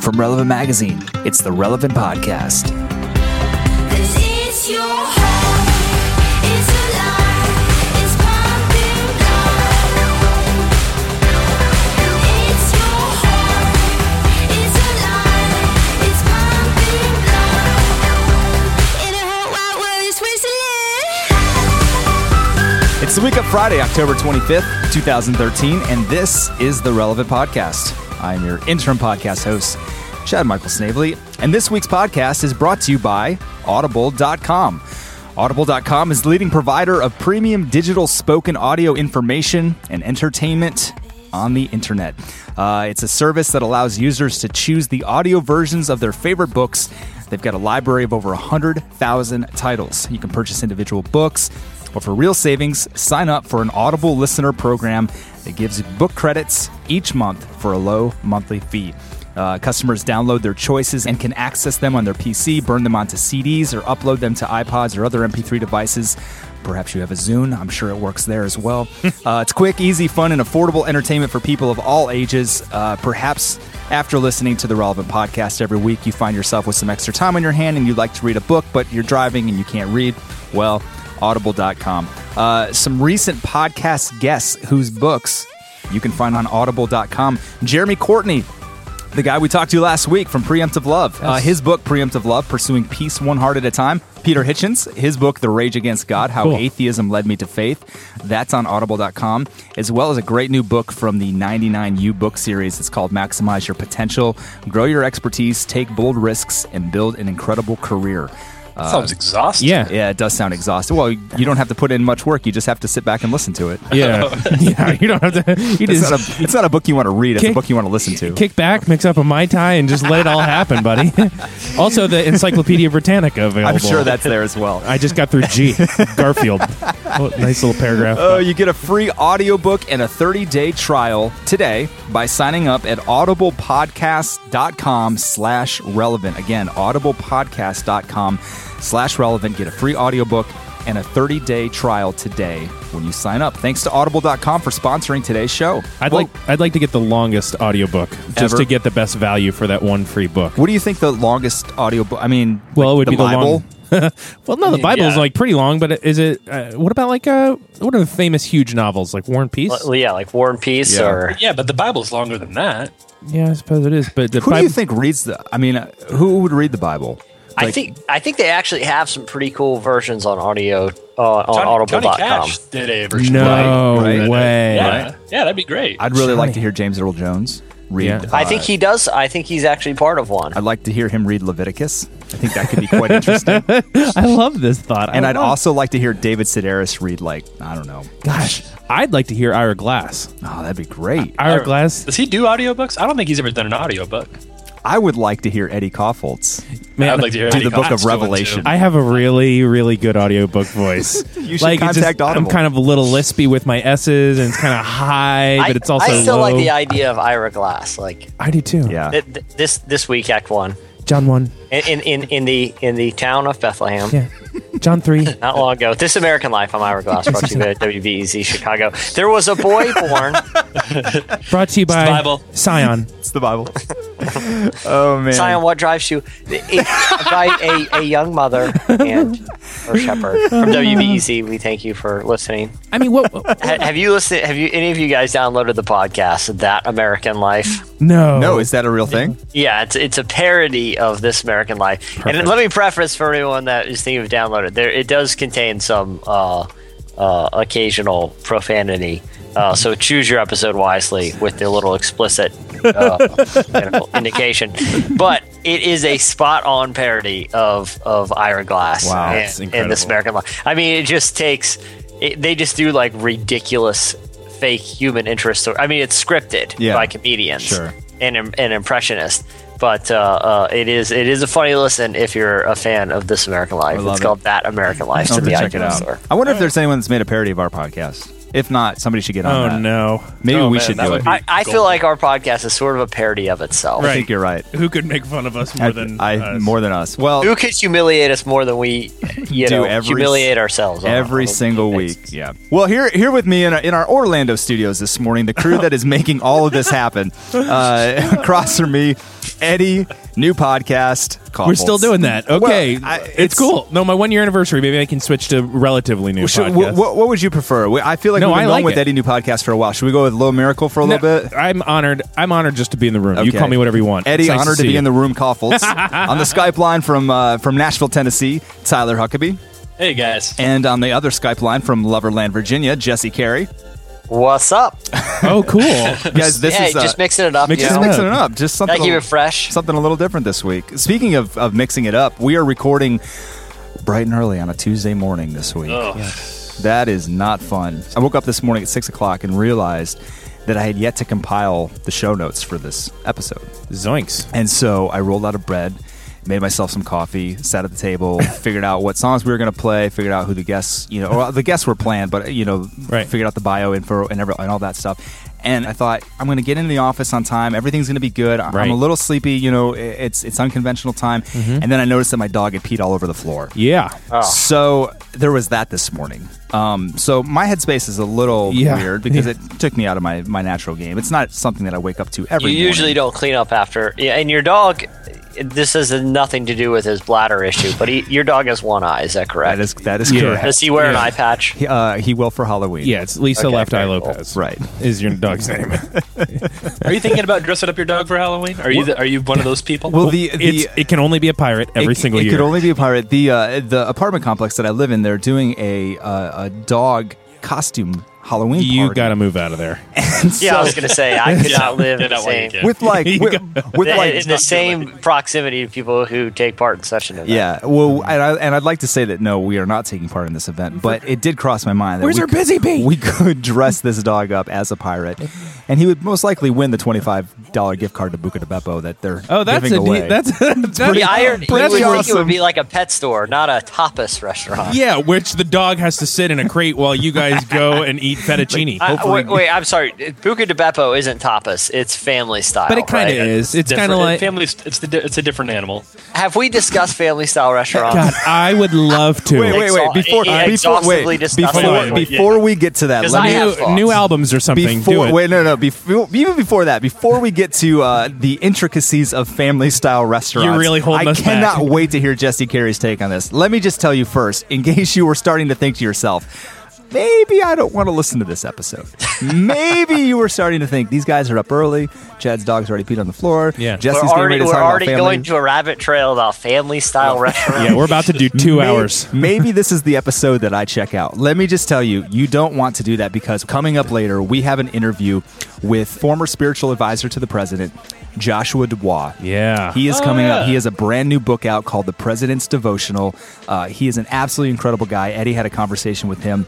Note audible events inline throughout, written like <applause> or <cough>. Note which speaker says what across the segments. Speaker 1: from Relevant Magazine. It's the Relevant Podcast.
Speaker 2: Cause it's your heart, it's alive, it's pumping blood. It's your heart, it's alive, it's pumping blood. In a whole wide world, it's whistling.
Speaker 1: It's the week of Friday, October 25th, 2013, and this is the Relevant Podcast. I am your interim podcast host, Chad Michael Snavely, and this week's podcast is brought to you by Audible.com. Audible.com is the leading provider of premium digital spoken audio information and entertainment on the internet. Uh, it's a service that allows users to choose the audio versions of their favorite books. They've got a library of over 100,000 titles. You can purchase individual books. But for real savings, sign up for an Audible listener program that gives book credits each month for a low monthly fee. Uh, customers download their choices and can access them on their PC, burn them onto CDs, or upload them to iPods or other MP3 devices. Perhaps you have a Zune. I'm sure it works there as well. <laughs> uh, it's quick, easy, fun, and affordable entertainment for people of all ages. Uh, perhaps after listening to the relevant podcast every week, you find yourself with some extra time on your hand and you'd like to read a book, but you're driving and you can't read. Well, audible.com. Uh, some recent podcast guests whose books you can find on audible.com. Jeremy Courtney, the guy we talked to last week from Preemptive Love, uh, his book, Preemptive Love Pursuing Peace One Heart at a Time. Peter Hitchens, his book, The Rage Against God How
Speaker 3: Cool.
Speaker 1: Atheism Led Me to Faith. That's on audible.com, as well as a great new book from the 99U book series. It's called Maximize Your Potential, Grow Your Expertise, Take Bold Risks, and Build an Incredible Career. Uh,
Speaker 4: Sounds exhausting.
Speaker 3: Yeah.
Speaker 1: Yeah, it does sound exhausting. Well, you don't have to put in much work. You just have to sit back and listen to it.
Speaker 4: <laughs>
Speaker 3: Yeah. yeah. You don't have to. You
Speaker 1: It's
Speaker 3: just
Speaker 1: not a, it's not a book you want to read. It's a
Speaker 3: Kick-
Speaker 1: book you want to listen to.
Speaker 3: kick back, mix up a mai tai, and just let it all happen, buddy. <laughs> also, the Encyclopedia Britannica available.
Speaker 1: I'm sure that's there as well.
Speaker 3: I just got through
Speaker 1: <laughs>
Speaker 3: G. Garfield. Oh, nice little paragraph.
Speaker 1: Oh, you get a free audiobook and a 30-day trial today by signing up at audiblepodcast.com slash relevant. Again, audiblepodcast.com slash relevant. Get a free audiobook and a 30-day trial today when you sign up. Thanks to audible.com for sponsoring today's show.
Speaker 3: I'd
Speaker 1: Well,
Speaker 3: like I'd like to get the longest audiobook just
Speaker 1: Ever?
Speaker 3: to get the best value for that one free book.
Speaker 1: What do you think the longest audiobook? I mean,
Speaker 3: Well,
Speaker 1: like
Speaker 3: it would
Speaker 1: the
Speaker 3: be the
Speaker 1: Bible?
Speaker 3: long. <laughs> well, no, the Bible is
Speaker 4: yeah.
Speaker 3: like pretty long, but is it? Uh, what about like uh, what are the famous huge novels like War and Peace?
Speaker 5: Well, yeah, like War and Peace
Speaker 1: Yeah.
Speaker 5: or
Speaker 4: Yeah, but the Bible's longer than that.
Speaker 3: yeah, I suppose it is. But the
Speaker 1: Who do
Speaker 3: Bible,
Speaker 1: you think reads the? I mean, uh, who would read the Bible?
Speaker 5: I think I think they actually have some pretty cool versions on audio uh, on
Speaker 4: Johnny, Johnny
Speaker 5: audible.com.
Speaker 4: Cash did a version.
Speaker 3: No
Speaker 4: of the Bible.
Speaker 3: way.
Speaker 4: Yeah. yeah, that'd be great.
Speaker 1: I'd really like to hear James Earl Jones read.
Speaker 3: Yeah.
Speaker 5: I think he does. I think he's actually part of one.
Speaker 1: I'd like to hear him read Leviticus. I think that could be quite interesting.
Speaker 3: I love this thought.
Speaker 1: and
Speaker 3: I
Speaker 1: I'd
Speaker 3: love-
Speaker 1: also like to hear David Sedaris read, like, I don't know.
Speaker 3: gosh, I'd like to hear Ira Glass.
Speaker 1: Oh, that'd be great. I,
Speaker 3: Ira Glass,
Speaker 4: Does he do audiobooks? I don't think he's ever done an audiobook.
Speaker 1: would like to hear Eddie Koffelt's.
Speaker 3: man,
Speaker 4: I'd like to hear
Speaker 1: Do
Speaker 4: Eddie
Speaker 1: the Book of
Speaker 4: Cox do it, too.
Speaker 1: Revelation.
Speaker 3: I have a really, really good audiobook voice.
Speaker 1: <laughs> You should
Speaker 3: it's
Speaker 1: contact
Speaker 3: I'm
Speaker 1: Audible.
Speaker 3: kind of a little lispy with my S's, and it's kind of high,
Speaker 5: I,
Speaker 3: but it's also
Speaker 5: I still
Speaker 3: low.
Speaker 5: like the idea of Ira Glass. Like
Speaker 3: I do too.
Speaker 1: uh, Yeah.
Speaker 5: th- th- this this week, Act One,
Speaker 3: John one.
Speaker 5: in in, in, in the in the town of Bethlehem.
Speaker 3: Yeah,
Speaker 1: <laughs>
Speaker 3: John three.
Speaker 5: Not long ago, this American Life. I'm Ira Glass, brought to you by WBEZ Chicago. There was
Speaker 3: <laughs>
Speaker 5: a boy born.
Speaker 3: Brought to you by
Speaker 4: the Bible.
Speaker 3: Scion.
Speaker 1: it's the Bible. <laughs> oh, man.
Speaker 5: Zion, what drives you? It- by a, a young mother and her shepherd from WBEZ. We thank you for listening.
Speaker 3: I mean, what?
Speaker 5: Ha- have you listened? Have you any of you guys downloaded the podcast That American Life?
Speaker 3: <laughs> No,
Speaker 1: No, is that a real thing?
Speaker 5: Yeah, it's it's a parody of This American Life. And let me preface for anyone that is thinking of downloading. There, it does contain some uh, uh, occasional profanity. Uh, so choose your episode wisely with the little explicit uh,
Speaker 1: <laughs>
Speaker 5: you know, indication. But it is a spot-on parody of of Ira Glass
Speaker 1: Wow, that's
Speaker 5: and, and This
Speaker 3: incredible.
Speaker 5: American Life. I mean, it just takes. It, they just do like ridiculous fake human interest. story- I mean, it's scripted
Speaker 1: Yeah.
Speaker 5: by comedians
Speaker 1: Sure.
Speaker 5: and an an impressionist. But uh, uh, it is it is a funny listen if you're a fan of This American Life.
Speaker 1: love
Speaker 5: It's
Speaker 1: it.
Speaker 5: called That American Life.
Speaker 1: I'll
Speaker 5: to
Speaker 1: have
Speaker 5: the
Speaker 1: to check it
Speaker 5: iTunes
Speaker 1: out.
Speaker 5: Store.
Speaker 1: I wonder if there's anyone that's made a parody of our podcast. If not, somebody should get
Speaker 3: Oh
Speaker 1: on that.
Speaker 3: no.
Speaker 1: Maybe
Speaker 4: Oh,
Speaker 1: we
Speaker 4: man,
Speaker 1: should
Speaker 4: that
Speaker 1: do
Speaker 4: would
Speaker 1: it.
Speaker 4: be-
Speaker 5: I, I feel like our podcast is sort of a parody of itself.
Speaker 1: I think you're right.
Speaker 3: Who could make fun of us more
Speaker 1: I,
Speaker 3: than
Speaker 1: I-
Speaker 3: us?
Speaker 1: more than us. Well,
Speaker 5: Who could humiliate us more
Speaker 1: <laughs>
Speaker 5: than we you
Speaker 1: Do
Speaker 5: know,
Speaker 1: every-
Speaker 5: humiliate ourselves on a-
Speaker 1: every
Speaker 5: on a
Speaker 1: single
Speaker 5: weekly
Speaker 1: week.
Speaker 5: basis?
Speaker 1: Yeah. Well, here here with me in our, in our Orlando studios this morning, the crew that is making all of this happen. Uh, <laughs> across from me, any new podcast. Called
Speaker 3: We're still doing that. Okay,
Speaker 1: Well, I-
Speaker 3: it's,
Speaker 1: it's-
Speaker 3: cool. No, my one year anniversary. Maybe I can switch to relatively new.
Speaker 1: Should,
Speaker 3: podcast.
Speaker 1: wh- what, what would you prefer? We- I feel like
Speaker 3: No,
Speaker 1: we've
Speaker 3: I
Speaker 1: been going
Speaker 3: like
Speaker 1: with
Speaker 3: it.
Speaker 1: any new podcast for a while. Should we go with Little Miracle for a little
Speaker 3: No,
Speaker 1: bit?
Speaker 3: I'm honored. I'm honored just to be in the room. You
Speaker 1: Okay.
Speaker 3: call me whatever you want.
Speaker 1: Eddie,
Speaker 3: It's nice
Speaker 1: honored to,
Speaker 3: see
Speaker 1: be
Speaker 3: you.
Speaker 1: in the room,
Speaker 3: <laughs>
Speaker 1: Coffles. on the Skype line from uh, from Nashville, Tennessee, Tyler Huckabee,
Speaker 4: Hey guys.
Speaker 1: and on the other Skype line from Loverland, Virginia, Jesse Carey.
Speaker 5: What's up?
Speaker 3: Oh, cool. <laughs>
Speaker 1: Guys, <laughs> this
Speaker 5: hey,
Speaker 1: is uh,
Speaker 5: just mixing it up.
Speaker 3: mix
Speaker 5: you
Speaker 3: it
Speaker 1: just
Speaker 5: know?
Speaker 3: up.
Speaker 1: mixing it up. Just something
Speaker 5: Gotta keep
Speaker 1: a-
Speaker 5: it fresh.
Speaker 1: something a little different this week. Speaking of, of mixing it up, we are recording bright and early on a Tuesday morning this week.
Speaker 4: Ugh.
Speaker 1: That is not fun. I woke up this morning at six o'clock and realized that I had yet to compile the show notes for this episode.
Speaker 3: Zoinks.
Speaker 1: And so I rolled out of bread, made myself some coffee, sat at the
Speaker 3: <laughs>
Speaker 1: table, figured out what songs we were going to play, figured out who the guests, you know, or the guests were planned, but you know,
Speaker 3: Right.
Speaker 1: figured out the bio info and every, and all that stuff. And I thought I'm going to get into the office on time. Everything's going to be good. I- I'm
Speaker 3: Right. Mm-hmm.
Speaker 1: a little sleepy, you know. i- It's it's unconventional time. And then I noticed that my dog had peed all over the floor.
Speaker 3: Yeah.
Speaker 5: Oh,
Speaker 1: So there was that this morning. Um, so my headspace is a little
Speaker 3: Yeah.
Speaker 1: weird because
Speaker 3: Yeah.
Speaker 1: it took me out of my, my natural game. It's not something that I wake up to
Speaker 5: you
Speaker 1: every.
Speaker 5: usually
Speaker 1: morning.
Speaker 5: don't clean up after. Yeah, and your dog. This has nothing to do with his bladder issue, but he, your dog has one eye. Is that correct?
Speaker 1: That is that is
Speaker 3: Yeah.
Speaker 1: correct.
Speaker 5: Does he wear an
Speaker 3: Yeah.
Speaker 1: <laughs>
Speaker 5: eye patch?
Speaker 1: He, uh, he will for Halloween.
Speaker 3: Yeah, it's Lisa
Speaker 5: Okay,
Speaker 3: Left Eye
Speaker 5: very
Speaker 3: Lopez.
Speaker 1: Right.
Speaker 3: Is your dog's name?
Speaker 4: Are you thinking about dressing up your dog for Halloween? Are you the, are you one of those people?
Speaker 1: Well, <laughs> the, the uh,
Speaker 3: It's- it can only be a pirate every
Speaker 1: it,
Speaker 3: single
Speaker 1: it
Speaker 3: year.
Speaker 1: could only be a pirate. The uh, the apartment complex that I live in, they're doing a uh, a dog costume Halloween.
Speaker 3: you
Speaker 1: party.
Speaker 3: got to move out
Speaker 1: <laughs>
Speaker 3: of there.
Speaker 5: Yeah, I was gonna say I could not live
Speaker 4: Yeah,
Speaker 5: in the
Speaker 4: that way
Speaker 5: same,
Speaker 4: you can.
Speaker 1: with like
Speaker 3: <laughs> You
Speaker 1: with,
Speaker 3: got-
Speaker 1: with
Speaker 5: in-
Speaker 1: like
Speaker 5: in the same proximity to people who take part in such an event.
Speaker 1: yeah. Well,
Speaker 3: Mm-hmm.
Speaker 1: and I and I'd like to say that no, we are not taking part in this event, but it did cross my mind that
Speaker 3: Where's
Speaker 1: we
Speaker 3: our
Speaker 1: could-
Speaker 3: busy bee?
Speaker 1: We could dress this dog up as a pirate, and he would most likely win the twenty five dollar gift card to Buca de Beppo that they're
Speaker 3: Oh, that's a
Speaker 1: giving away. <laughs>
Speaker 3: neat, that's that's
Speaker 5: The irony, you would
Speaker 3: That's
Speaker 5: think it
Speaker 1: awesome.
Speaker 5: would be like a pet store, not a tapas
Speaker 3: <laughs>
Speaker 5: restaurant.
Speaker 3: Yeah, which the dog has to sit in a crate while
Speaker 1: <laughs>
Speaker 3: you guys go and eat fettuccine.
Speaker 5: I- wait, wait, I'm sorry. Buca de Beppo isn't tapas; it's family style.
Speaker 3: but it kind of
Speaker 5: right?
Speaker 3: is. It's kind of
Speaker 4: Different-
Speaker 3: like.
Speaker 4: family. It's the di- it's a different animal.
Speaker 5: Have we discussed family style restaurants?
Speaker 3: God, I would love to.
Speaker 1: Wait, wait, wait!
Speaker 5: Exhaust-
Speaker 1: Before,
Speaker 5: he
Speaker 1: before,
Speaker 5: exhaustively
Speaker 1: wait,
Speaker 5: discussed
Speaker 1: before,
Speaker 3: it.
Speaker 1: wait, before we get to that,
Speaker 5: 'Cause
Speaker 1: let
Speaker 5: I
Speaker 1: me
Speaker 5: have
Speaker 3: New,
Speaker 5: thoughts.
Speaker 3: new albums or something. Do
Speaker 1: before
Speaker 3: it.
Speaker 1: wait no no before even before that before we get to uh, the intricacies of family style restaurants
Speaker 3: You're really holding
Speaker 1: I
Speaker 3: us
Speaker 1: cannot
Speaker 3: back.
Speaker 1: wait to hear Jesse Carey's take on this let me just tell you first in <laughs> case you were starting to think to yourself maybe I don't want to listen to this episode maybe you were starting to think these guys are up early Chad's dog's already peed on the floor
Speaker 3: Yeah.
Speaker 5: we're
Speaker 1: Jesse's getting ready
Speaker 5: already,
Speaker 1: to
Speaker 5: we're
Speaker 1: talk about
Speaker 5: already
Speaker 1: family.
Speaker 5: going to a rabbit trail about family style restaurants.
Speaker 3: Yeah, we're about to
Speaker 1: <laughs>
Speaker 3: do two
Speaker 1: May-
Speaker 3: hours. <laughs>
Speaker 1: Maybe this is the episode that I check out. Let me just tell you, you don't want to do that because coming up later, we have an interview with former spiritual advisor to the president, Joshua Dubois.
Speaker 3: Yeah.
Speaker 1: He is
Speaker 4: Oh,
Speaker 1: coming up.
Speaker 4: yeah.
Speaker 1: He has a brand new book out called The President's Devotional. Uh, he is an absolutely incredible guy. Eddie had a conversation with him.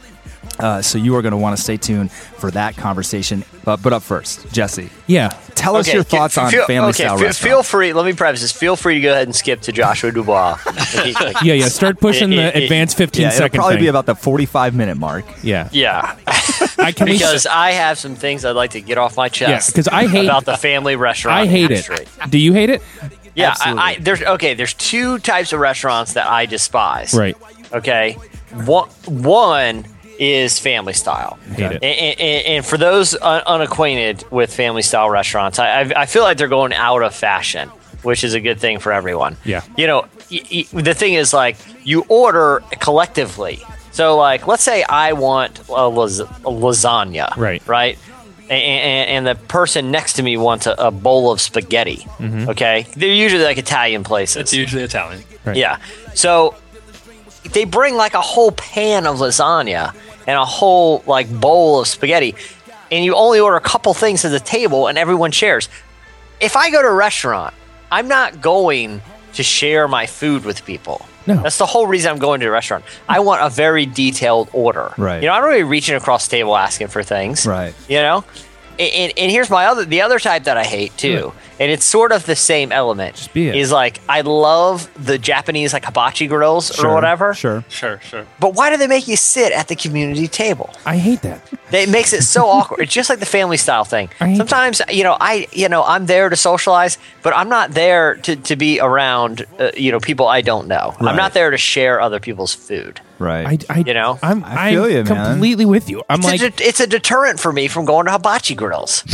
Speaker 1: Uh, so you are going to want to stay tuned for that conversation. Uh, But, but up first, Jesse,
Speaker 3: Yeah.
Speaker 1: tell us
Speaker 5: Okay,
Speaker 1: your
Speaker 5: can-
Speaker 1: thoughts on
Speaker 5: feel-
Speaker 1: family
Speaker 5: okay,
Speaker 1: style
Speaker 5: fe- Feel
Speaker 1: restaurants.
Speaker 5: free. Let me preface this. Feel free to go ahead and skip to Joshua Dubois.
Speaker 1: <laughs>
Speaker 3: Yeah, yeah. Start pushing
Speaker 5: It-
Speaker 3: the
Speaker 5: it- it-
Speaker 3: advanced fifteen
Speaker 1: Yeah,
Speaker 3: second
Speaker 1: it'll probably
Speaker 3: thing.
Speaker 1: be about the 45 minute mark.
Speaker 3: yeah.
Speaker 5: yeah,
Speaker 3: I can we- <laughs>
Speaker 5: because I have some things I'd like to get off my chest.
Speaker 3: Yeah, 'cause I hate-
Speaker 5: about the family restaurant.
Speaker 3: I hate it.
Speaker 5: industry.
Speaker 3: Do you hate it?
Speaker 5: Yeah, I,
Speaker 1: Absolutely.
Speaker 5: I, there's okay. There's two types of restaurants that I despise.
Speaker 3: Right.
Speaker 5: Okay. One, one is family style.
Speaker 3: Hate it.
Speaker 5: And, and, and for those un- unacquainted with family style restaurants, I, I, I feel like they're going out of fashion, which is a good thing for everyone.
Speaker 3: Yeah.
Speaker 5: You know, y- y- the thing is, like, you order collectively. So, like, let's say I want a, las- a lasagna.
Speaker 3: Right.
Speaker 5: Right. A- a- a- And, the person next to me wants a, a bowl of spaghetti.
Speaker 3: Mm-hmm.
Speaker 5: Okay. They're usually like Italian places.
Speaker 4: It's usually Italian.
Speaker 3: Right.
Speaker 5: Yeah. So they bring like a whole pan of lasagna and a whole like bowl of spaghetti, and you only order a couple things to the table, and everyone shares. If I go to a restaurant, I'm not going to share my food with people.
Speaker 3: No.
Speaker 5: That's the whole reason I'm going to a restaurant. I want a very detailed order.
Speaker 1: Right.
Speaker 5: You know, I don't really reaching across the table asking for things.
Speaker 1: Right.
Speaker 5: You know? And, and, and here's my other the other type that I hate too, and it's sort of the same element. Just
Speaker 3: be it.
Speaker 5: Is like I love the Japanese like hibachi grills or whatever.
Speaker 1: Sure.
Speaker 4: Sure, sure.
Speaker 5: But why do they make you sit at the community table?
Speaker 3: I hate that.
Speaker 5: It makes it so awkward. It's just like the family style thing.
Speaker 3: I hate
Speaker 5: Sometimes you know I you know I'm there to socialize, but I'm not there to to be around uh, you know people I don't know.
Speaker 1: Right.
Speaker 5: I'm not there to share other people's food.
Speaker 1: Right.
Speaker 3: I, I
Speaker 5: You know?
Speaker 3: I'm
Speaker 1: I feel
Speaker 3: I'm
Speaker 1: you, man.
Speaker 3: completely with you. I'm
Speaker 5: It's,
Speaker 3: like
Speaker 5: a, de- it's a deterrent for me from going to hibachi grills.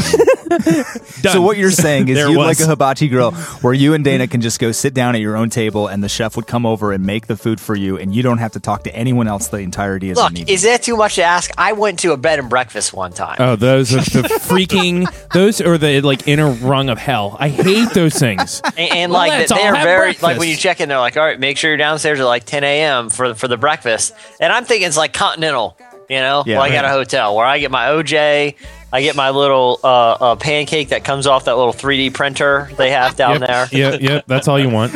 Speaker 1: So what you're saying is
Speaker 3: <laughs> There it
Speaker 1: you like
Speaker 3: was.
Speaker 1: a hibachi grill where you and Dana can just go sit down at your own table and the chef would come over and make the food for you and you don't have to talk to anyone else the entirety of
Speaker 5: Look,
Speaker 1: the meal.
Speaker 5: is that too much to ask? I went to a bed and breakfast one time.
Speaker 3: Oh, those are
Speaker 1: <laughs>
Speaker 3: the freaking those are the like inner rung of hell. I hate those
Speaker 5: <laughs>
Speaker 3: things.
Speaker 5: And, and
Speaker 3: Well,
Speaker 5: like
Speaker 3: let's all
Speaker 5: they're
Speaker 3: have
Speaker 5: very like
Speaker 3: breakfast.
Speaker 5: when you check in, they're like, all right, make sure you're downstairs at like 10 a.m. for for the breakfast. And I'm thinking it's like continental, you know,
Speaker 1: Yeah.
Speaker 5: like at a hotel where I get my OJ, I get my little uh, uh, pancake that comes off that little 3D printer they have down there. Oh.
Speaker 3: Yep, yep, yep, that's all you
Speaker 5: <laughs>
Speaker 3: want.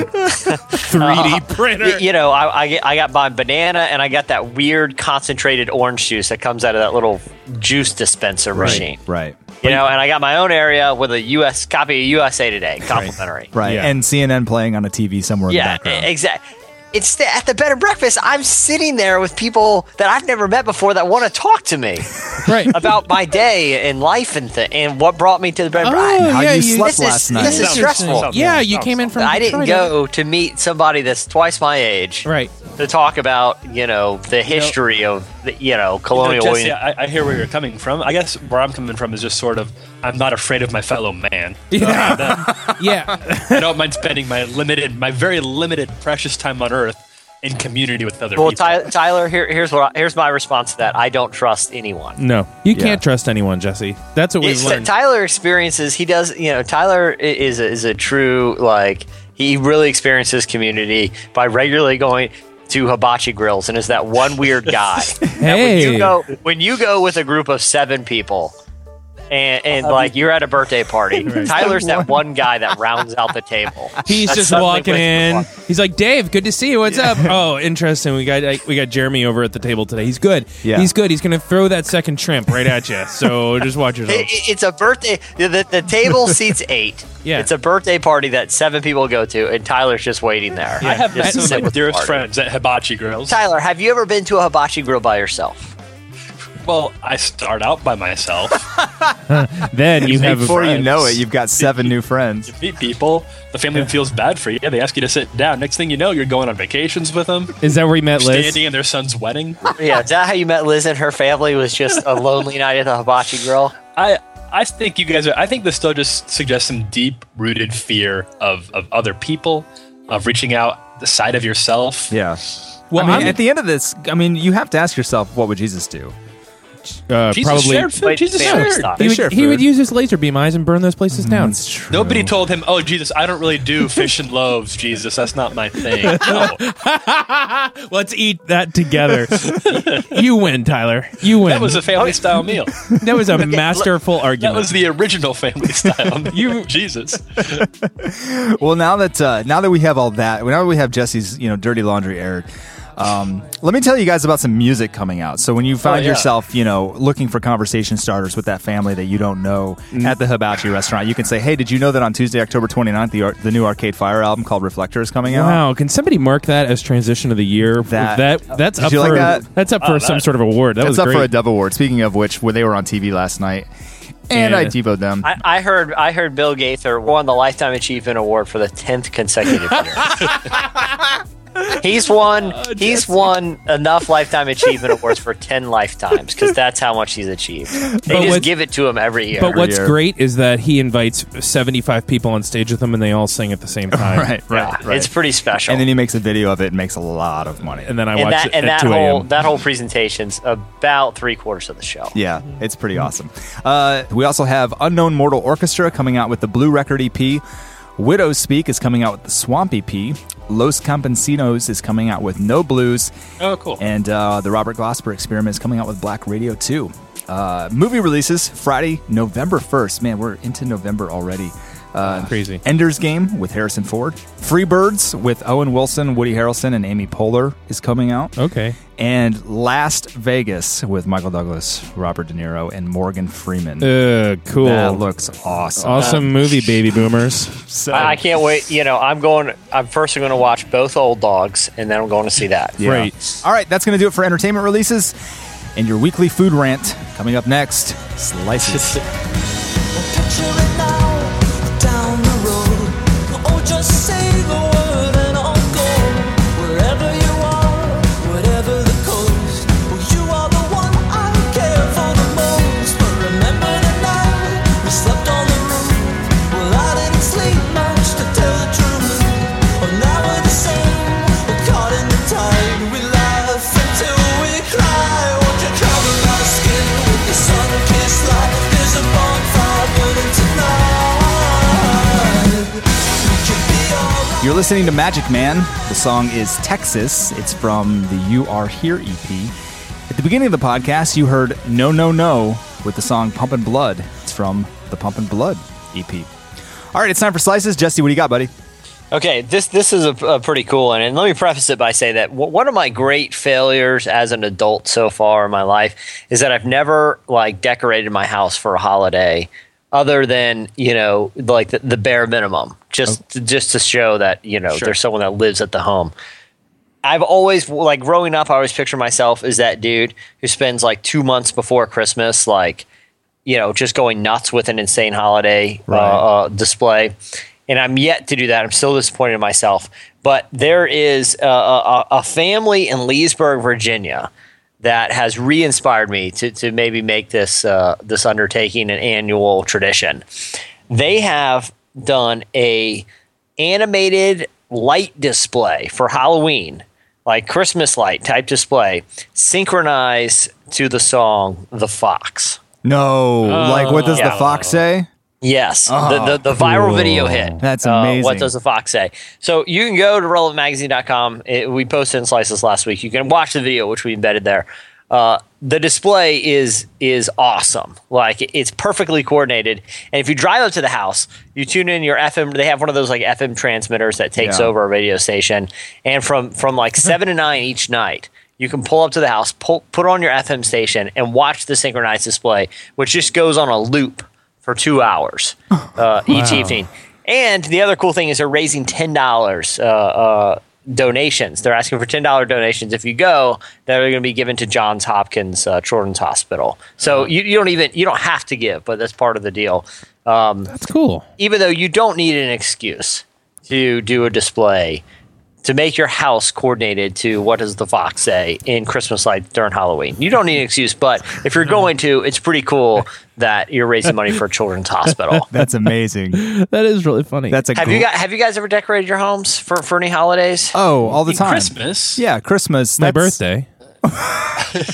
Speaker 3: 3D printer.
Speaker 5: Y- You know, I, I, get- I got my banana and I got that weird concentrated orange juice that comes out of that little juice dispenser machine.
Speaker 1: right.
Speaker 5: You know, and I got my own area with a U.S. copy of USA Today, complimentary.
Speaker 1: Right.
Speaker 3: Yeah.
Speaker 1: And CNN playing on a TV somewhere in
Speaker 5: Yeah, eh,
Speaker 1: the background.
Speaker 5: exactly. It's the, at the bed and breakfast. I'm sitting there with people that I've never met before that want to talk to me
Speaker 3: Right.
Speaker 5: about my day and life and th- and what brought me to the bed and
Speaker 3: Oh,
Speaker 5: breakfast.
Speaker 1: How
Speaker 3: yeah,
Speaker 1: you
Speaker 3: you-
Speaker 1: slept
Speaker 5: eh, this
Speaker 1: last
Speaker 5: is
Speaker 1: night.
Speaker 5: this is stressful.
Speaker 3: yeah, you came in from
Speaker 5: I didn't
Speaker 3: Detroit.
Speaker 5: go to meet somebody that's twice my age
Speaker 3: Right.
Speaker 5: to talk about you know the history of the, you know
Speaker 4: No,
Speaker 5: colonial.
Speaker 4: Jesse,
Speaker 5: Union.
Speaker 4: I, I hear where you're coming from. I guess where I'm coming from is just sort of I'm not afraid of my fellow man.
Speaker 3: Yeah. yeah.
Speaker 1: <laughs>
Speaker 4: I don't mind spending my limited, my very limited, precious time on Earth in community with other
Speaker 5: Well,
Speaker 4: people.
Speaker 5: Tyler, Tyler here, here's what I, here's my response to that. I don't trust anyone.
Speaker 3: No. You
Speaker 1: Yeah.
Speaker 3: can't trust anyone, Jesse. That's what we've
Speaker 5: It's-
Speaker 3: learned.
Speaker 5: Tyler experiences. He does. You know, Tyler i- is a, is a true like. He really experiences community by regularly going to hibachi grills and is that one weird
Speaker 3: <laughs>
Speaker 5: guy. When
Speaker 3: Hey.
Speaker 5: you go when you go with a group of seven people. And, and like you're at a
Speaker 3: <laughs>
Speaker 5: birthday party, Tyler's that one guy that rounds out the table.
Speaker 3: He's
Speaker 5: That's
Speaker 3: just
Speaker 5: suddenly
Speaker 3: walking
Speaker 5: what you
Speaker 3: in.
Speaker 5: want.
Speaker 3: He's like, Dave, good to see you. What's up? Oh, interesting. We got like, we got Jeremy over at the table today. He's good.
Speaker 1: Yeah.
Speaker 3: He's good. He's gonna throw that second shrimp right at you. <laughs> So just watch yourself.
Speaker 5: It- it- it's a birthday. The, the, the
Speaker 3: <laughs>
Speaker 5: table seats eight.
Speaker 3: Yeah.
Speaker 5: it's a birthday party that seven people go to, and Tyler's just waiting there.
Speaker 4: I have met
Speaker 5: Just
Speaker 4: some
Speaker 5: sit
Speaker 4: of my
Speaker 5: with the
Speaker 4: dearest
Speaker 5: party.
Speaker 4: friends at hibachi grills.
Speaker 5: Tyler, have you ever been to a hibachi grill by yourself?
Speaker 4: Well, I start out by myself,
Speaker 3: then you have
Speaker 1: Before
Speaker 3: a,
Speaker 1: you know it, you've got seven new friends.
Speaker 4: meet people. The family feels bad for you. They ask you to sit down. Next thing you know, you're going on vacations with them,
Speaker 3: Is that where you met Liz?
Speaker 4: standing in their son's wedding.
Speaker 5: Yeah, is that how you met Liz and her family? Was just a <laughs> lonely night at the hibachi grill.
Speaker 4: I I think you guys are. I think this still just suggests some deep rooted fear of of other people, of reaching out the side of yourself.
Speaker 1: Yeah.
Speaker 3: Well,
Speaker 1: I mean,
Speaker 3: I'm-
Speaker 1: at the end of this, I mean, you have to ask yourself, what would Jesus do?
Speaker 3: Uh,
Speaker 4: Jesus
Speaker 3: probably.
Speaker 4: shared food.
Speaker 5: Wait,
Speaker 4: Jesus
Speaker 5: family
Speaker 4: shared.
Speaker 5: style.
Speaker 1: They
Speaker 3: He would,
Speaker 1: share
Speaker 3: he would
Speaker 1: food.
Speaker 3: use his laser beam eyes and burn those places down.
Speaker 1: true.
Speaker 4: Nobody told him, "Oh, Jesus, I don't really do fish and loaves, Jesus. That's not my thing." No.
Speaker 3: Let's eat that together. <laughs> you win, Tyler. You win.
Speaker 4: That was a family style meal.
Speaker 3: that was a masterful
Speaker 4: That
Speaker 3: argument.
Speaker 4: was the original family <laughs> style.
Speaker 3: You-
Speaker 4: You, Jesus.
Speaker 1: Well, now that uh, now that we have all that, now that we have Jesse's you know dirty laundry aired, um, let me tell you guys about some music coming out. So
Speaker 3: Oh,
Speaker 1: when you find
Speaker 4: yeah.
Speaker 1: yourself you know looking for conversation starters with that family that you don't know
Speaker 3: Mm.
Speaker 1: at the hibachi restaurant, you can say, "Hey, did you know that on Tuesday, October 29th, the ar- the new Arcade Fire album called Reflector is coming out?"
Speaker 3: Wow, can somebody mark that as transition of the year?
Speaker 1: That-
Speaker 3: that's
Speaker 1: Did
Speaker 3: up
Speaker 1: you
Speaker 3: for
Speaker 1: like that?
Speaker 3: that's
Speaker 5: Oh,
Speaker 3: up for some sort of award. That
Speaker 1: That's
Speaker 3: was
Speaker 1: up
Speaker 3: great.
Speaker 1: for a Dove Award. Speaking of which, where they were on TV last night, and
Speaker 3: Yeah.
Speaker 1: I devoed them.
Speaker 5: I, I heard. I heard Bill Gaither won the Lifetime Achievement Award for the tenth consecutive <laughs> year. He's won. he's won enough lifetime achievement awards for ten lifetimes because that's how much he's achieved. They
Speaker 3: But
Speaker 5: just
Speaker 3: what's-
Speaker 5: give it to him every year.
Speaker 3: but what's
Speaker 1: year.
Speaker 3: great is that he invites seventy-five people on stage with him, and they all sing at
Speaker 1: <laughs>
Speaker 3: the same
Speaker 1: <laughs>
Speaker 3: time.
Speaker 1: right, right, right.
Speaker 5: It's pretty special.
Speaker 1: and then he makes a video of it and makes a lot of money.
Speaker 3: And then I
Speaker 5: and
Speaker 3: watch
Speaker 5: that
Speaker 3: it
Speaker 5: and
Speaker 3: at
Speaker 5: that
Speaker 3: two
Speaker 5: whole
Speaker 3: a.m.
Speaker 5: that whole presentation's about three quarters of the show.
Speaker 1: <laughs> Yeah, it's pretty awesome. Uh, we also have Unknown Mortal Orchestra coming out with the Blue Record EP. Widows Speak is coming out with the Swamp EP. Los Campesinos is coming out with No Blues.
Speaker 4: Oh, cool.
Speaker 1: And uh, the Robert Glasper Experiment is coming out with Black Radio 2. Uh, movie releases Friday, November 1st. Man, we're into November already. Uh,
Speaker 3: Crazy.
Speaker 1: Ender's Game with Harrison Ford. Free Birds with Owen Wilson, Woody Harrelson, and Amy Poehler is coming out
Speaker 3: Okay,
Speaker 1: and Last Vegas with Michael Douglas, Robert De Niro, and Morgan Freeman.
Speaker 3: uh, cool,
Speaker 1: That looks awesome.
Speaker 3: awesome
Speaker 5: Um,
Speaker 3: movie, baby boomers.
Speaker 1: So-
Speaker 5: I, I can't wait. You know, I'm going. I'm first going to watch both Old Dogs, and then I'm going to see that.
Speaker 1: Yeah.
Speaker 3: Right.
Speaker 1: All right, that's going to do it for entertainment releases and your weekly food rant coming up next. Slices.
Speaker 6: Picture it now, down the road. Oh, just say the word and I'll go. Wherever you are, whatever the cost. Well, you are the one I care for the most. But remember the night we slept on the
Speaker 1: You're listening to Magic Man. The song is Texas. It's from the You Are Here EP. At the beginning of the podcast, you heard No, No, No with the song Pump and Blood. It's from the Pump and Blood EP. All right, it's time for slices. Jesse, what do you got, buddy?
Speaker 5: Okay, this this is a, a pretty cool one, and let me preface it by saying that w- one of my great failures as an adult so far in my life is that I've never like decorated my house for a holiday, other than you know like the, the bare minimum, just just to show that you know there's someone that lives at the home. I've always like growing up, I always picture myself as that dude who spends like two months before Christmas, like you know, just going nuts with an insane holiday uh, uh, display. And I'm yet to do that. I'm still disappointed in myself. But there is a, a, a family in Leesburg, Virginia, that has re-inspired me to, to maybe make this uh, this undertaking an annual tradition. They have done a animated light display for Halloween, like Christmas light type display, synchronized to the song "The Fox."
Speaker 1: No. like, what does the
Speaker 5: yeah.
Speaker 1: fox say?
Speaker 5: Yes, the, the, the viral video hit.
Speaker 1: Uh-huh. That's
Speaker 5: uh,
Speaker 1: amazing.
Speaker 5: what does the fox say? So you can go to relevantmagazine.com. It, we posted in slices last week. You can watch the video, which we embedded there. Uh, the display is is awesome. Like it's perfectly coordinated. And if you drive up to the house, you tune in your FM. They have one of those like FM transmitters that takes
Speaker 1: Yeah.
Speaker 5: over a radio station. And from from like seven to nine each night, you can pull up to the house, pull, put on your FM station, and watch the synchronized display, which just goes on a loop for two hours uh, each evening. And the other cool thing is they're raising ten dollars uh, uh, donations. They're asking for ten dollar donations. If you go, that are going to be given to Johns Hopkins uh, Children's Hospital. So you, you don't even you don't have to give, but that's part of the deal. Um,
Speaker 3: That's cool.
Speaker 5: even though you don't need an excuse to do a display to make your house coordinated to what does the fox say in Christmas light during Halloween. You don't need an excuse, but if you're going to, it's pretty cool that you're raising money for a children's hospital.
Speaker 1: That's amazing.
Speaker 3: That is really funny.
Speaker 1: That's a
Speaker 5: Have you
Speaker 1: gr-
Speaker 5: got have you guys ever decorated your homes for, for any holidays?
Speaker 1: Oh, all the
Speaker 4: In
Speaker 1: time.
Speaker 4: Christmas.
Speaker 1: Yeah, Christmas.
Speaker 3: my
Speaker 1: That's- <laughs>
Speaker 3: birthday.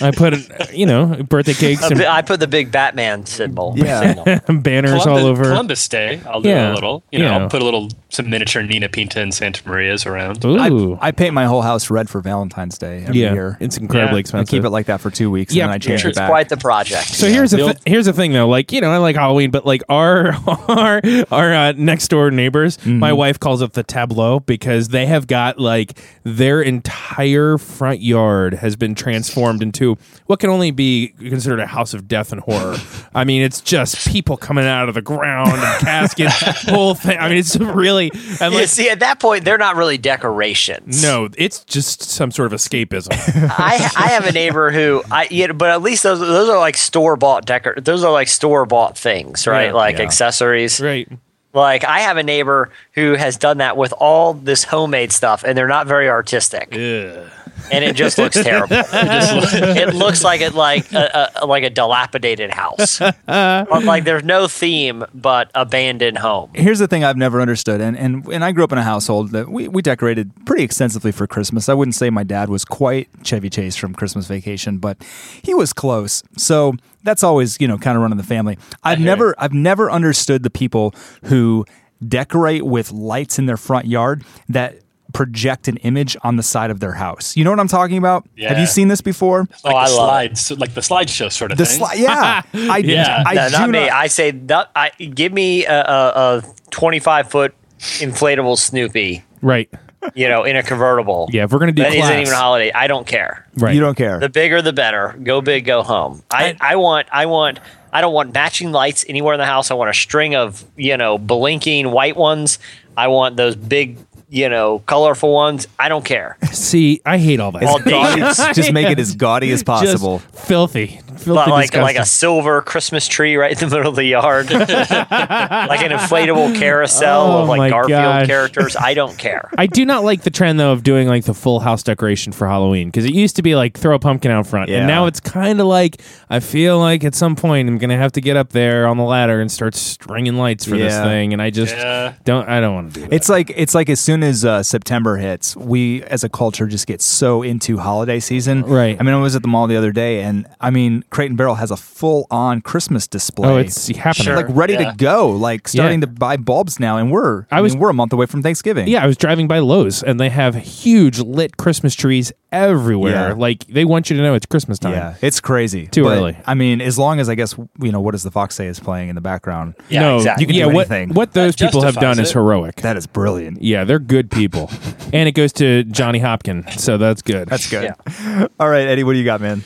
Speaker 3: I put, you know, birthday cakes
Speaker 5: A
Speaker 3: and
Speaker 5: bi- I put the big Batman symbol.
Speaker 1: Yeah.
Speaker 5: signal.
Speaker 3: <laughs> banners
Speaker 4: Columbus,
Speaker 3: all over.
Speaker 4: Columbus Day. I'll do
Speaker 3: Yeah.
Speaker 4: a little. You know,
Speaker 3: Yeah.
Speaker 4: I'll put a little some miniature Nina Pinta and Santa Marias around.
Speaker 3: Ooh,
Speaker 1: I, I paint my whole house red for Valentine's Day every
Speaker 3: yeah,
Speaker 1: year.
Speaker 3: it's incredibly
Speaker 4: Yeah.
Speaker 1: I
Speaker 3: expensive.
Speaker 1: keep it like that for two weeks
Speaker 3: Yeah,
Speaker 1: and then I change
Speaker 4: sure.
Speaker 1: it
Speaker 5: It's
Speaker 1: back.
Speaker 5: quite the project.
Speaker 3: So here's the
Speaker 4: Bill-
Speaker 3: th- here's the thing though, like you know, I like Halloween, but like our <laughs> our our uh, next door neighbors, my wife calls it the tableau because they have got like their entire front yard has been transformed into what can only be considered a house of death and horror. I mean, it's just people coming out of the ground and caskets, whole thing. I mean, it's really and
Speaker 5: You
Speaker 3: like,
Speaker 5: see, at that point, they're not really decorations.
Speaker 3: no, it's just some sort of escapism.
Speaker 5: I I have a neighbor who I yeah, but at least those those are like store bought decor. Those are like store bought things, right?
Speaker 3: Yeah.
Speaker 5: like
Speaker 1: Yeah.
Speaker 5: accessories.
Speaker 3: right.
Speaker 5: Like I have a neighbor who has done that with all this homemade stuff, and they're not very artistic, and it just looks terrible. it, just lo- it looks like it like a, a, like a dilapidated house, but like there's no theme but abandoned home.
Speaker 1: Here's the thing I've never understood, and, and and I grew up in a household that we, we decorated pretty extensively for Christmas. I wouldn't say my dad was quite Chevy Chase from Christmas Vacation, but he was close. So that's always you know kind of running the family. I've never I've never understood the people who decorate with lights in their front yard that project an image on the side of their house. You know what I'm talking about? Have
Speaker 4: Yeah.
Speaker 1: you seen this before?
Speaker 4: Like
Speaker 5: Oh, I
Speaker 4: the
Speaker 5: love
Speaker 4: slides, so like the slideshow sort of
Speaker 1: The
Speaker 4: thing.
Speaker 1: slide,
Speaker 4: <laughs>
Speaker 1: yeah, I,
Speaker 4: Yeah.
Speaker 1: I
Speaker 5: no,
Speaker 1: do
Speaker 5: not me. I say that. I give me a a, a 25 foot inflatable Snoopy.
Speaker 3: Right.
Speaker 5: you know, in a convertible.
Speaker 3: Yeah, if we're gonna do
Speaker 5: that isn't
Speaker 3: class.
Speaker 5: even a holiday. I don't care.
Speaker 3: Right.
Speaker 1: You don't care.
Speaker 5: The bigger, the better. Go big, go home. I, I want, I want, I don't want matching lights anywhere in the house. I want a string of you know blinking white ones. I want those big, you know, colorful ones. I
Speaker 3: <laughs>
Speaker 5: don't care.
Speaker 3: See, I hate all that.
Speaker 5: All
Speaker 3: <laughs>
Speaker 1: Gaudy.
Speaker 5: day.
Speaker 1: just make it as gaudy as
Speaker 3: Just
Speaker 1: possible.
Speaker 3: filthy. Filthy
Speaker 5: But like like
Speaker 3: disgusting.
Speaker 5: a silver Christmas tree right in the middle of
Speaker 3: <laughs>
Speaker 5: the yard, like an inflatable carousel
Speaker 3: Oh,
Speaker 5: of
Speaker 3: my
Speaker 5: like Garfield
Speaker 3: gosh.
Speaker 5: characters. I
Speaker 3: <laughs>
Speaker 5: don't care.
Speaker 3: I do not like the trend though of doing like the full house decoration for Halloween because it used to be like throw a pumpkin out front,
Speaker 1: Yeah.
Speaker 3: and now it's kind of like I feel like at some point I'm gonna have to get up there on the ladder and start stringing lights for this
Speaker 1: Yeah.
Speaker 3: thing, and I just
Speaker 4: Yeah. Yeah.
Speaker 3: Don't I don't want to do that.
Speaker 1: It's like it's like as soon as uh, September hits, we as a culture just get so into holiday season.
Speaker 3: Right.
Speaker 1: I mean, I was at the mall the other day, and I mean, Crate and Barrel has a full-on Christmas display.
Speaker 3: oh, it's happening.
Speaker 1: like ready
Speaker 4: yeah.
Speaker 1: to go, like starting
Speaker 3: Yeah.
Speaker 1: to buy bulbs now, and we're I,
Speaker 3: I was-
Speaker 1: mean, we're a month away from Thanksgiving.
Speaker 3: yeah, I was driving by Lowe's and they have huge lit Christmas trees everywhere.
Speaker 1: Yeah.
Speaker 3: Like they want you to know it's Christmas time.
Speaker 1: Yeah, it's crazy.
Speaker 3: Too
Speaker 1: But,
Speaker 3: early.
Speaker 1: I mean, as long as I guess you know what does the fox say is playing in the background.
Speaker 4: Yeah,
Speaker 3: no,
Speaker 4: exactly.
Speaker 1: you can
Speaker 3: yeah,
Speaker 1: do
Speaker 3: what,
Speaker 1: anything.
Speaker 3: what those
Speaker 4: That
Speaker 3: people have
Speaker 4: justifies
Speaker 3: done is
Speaker 4: it.
Speaker 3: heroic.
Speaker 1: That is brilliant.
Speaker 3: yeah, they're
Speaker 1: <laughs>
Speaker 3: good people, and it goes to Johnny Hopkins, so that's good.
Speaker 1: That's good. <laughs> All right, Eddie, what do you got, man?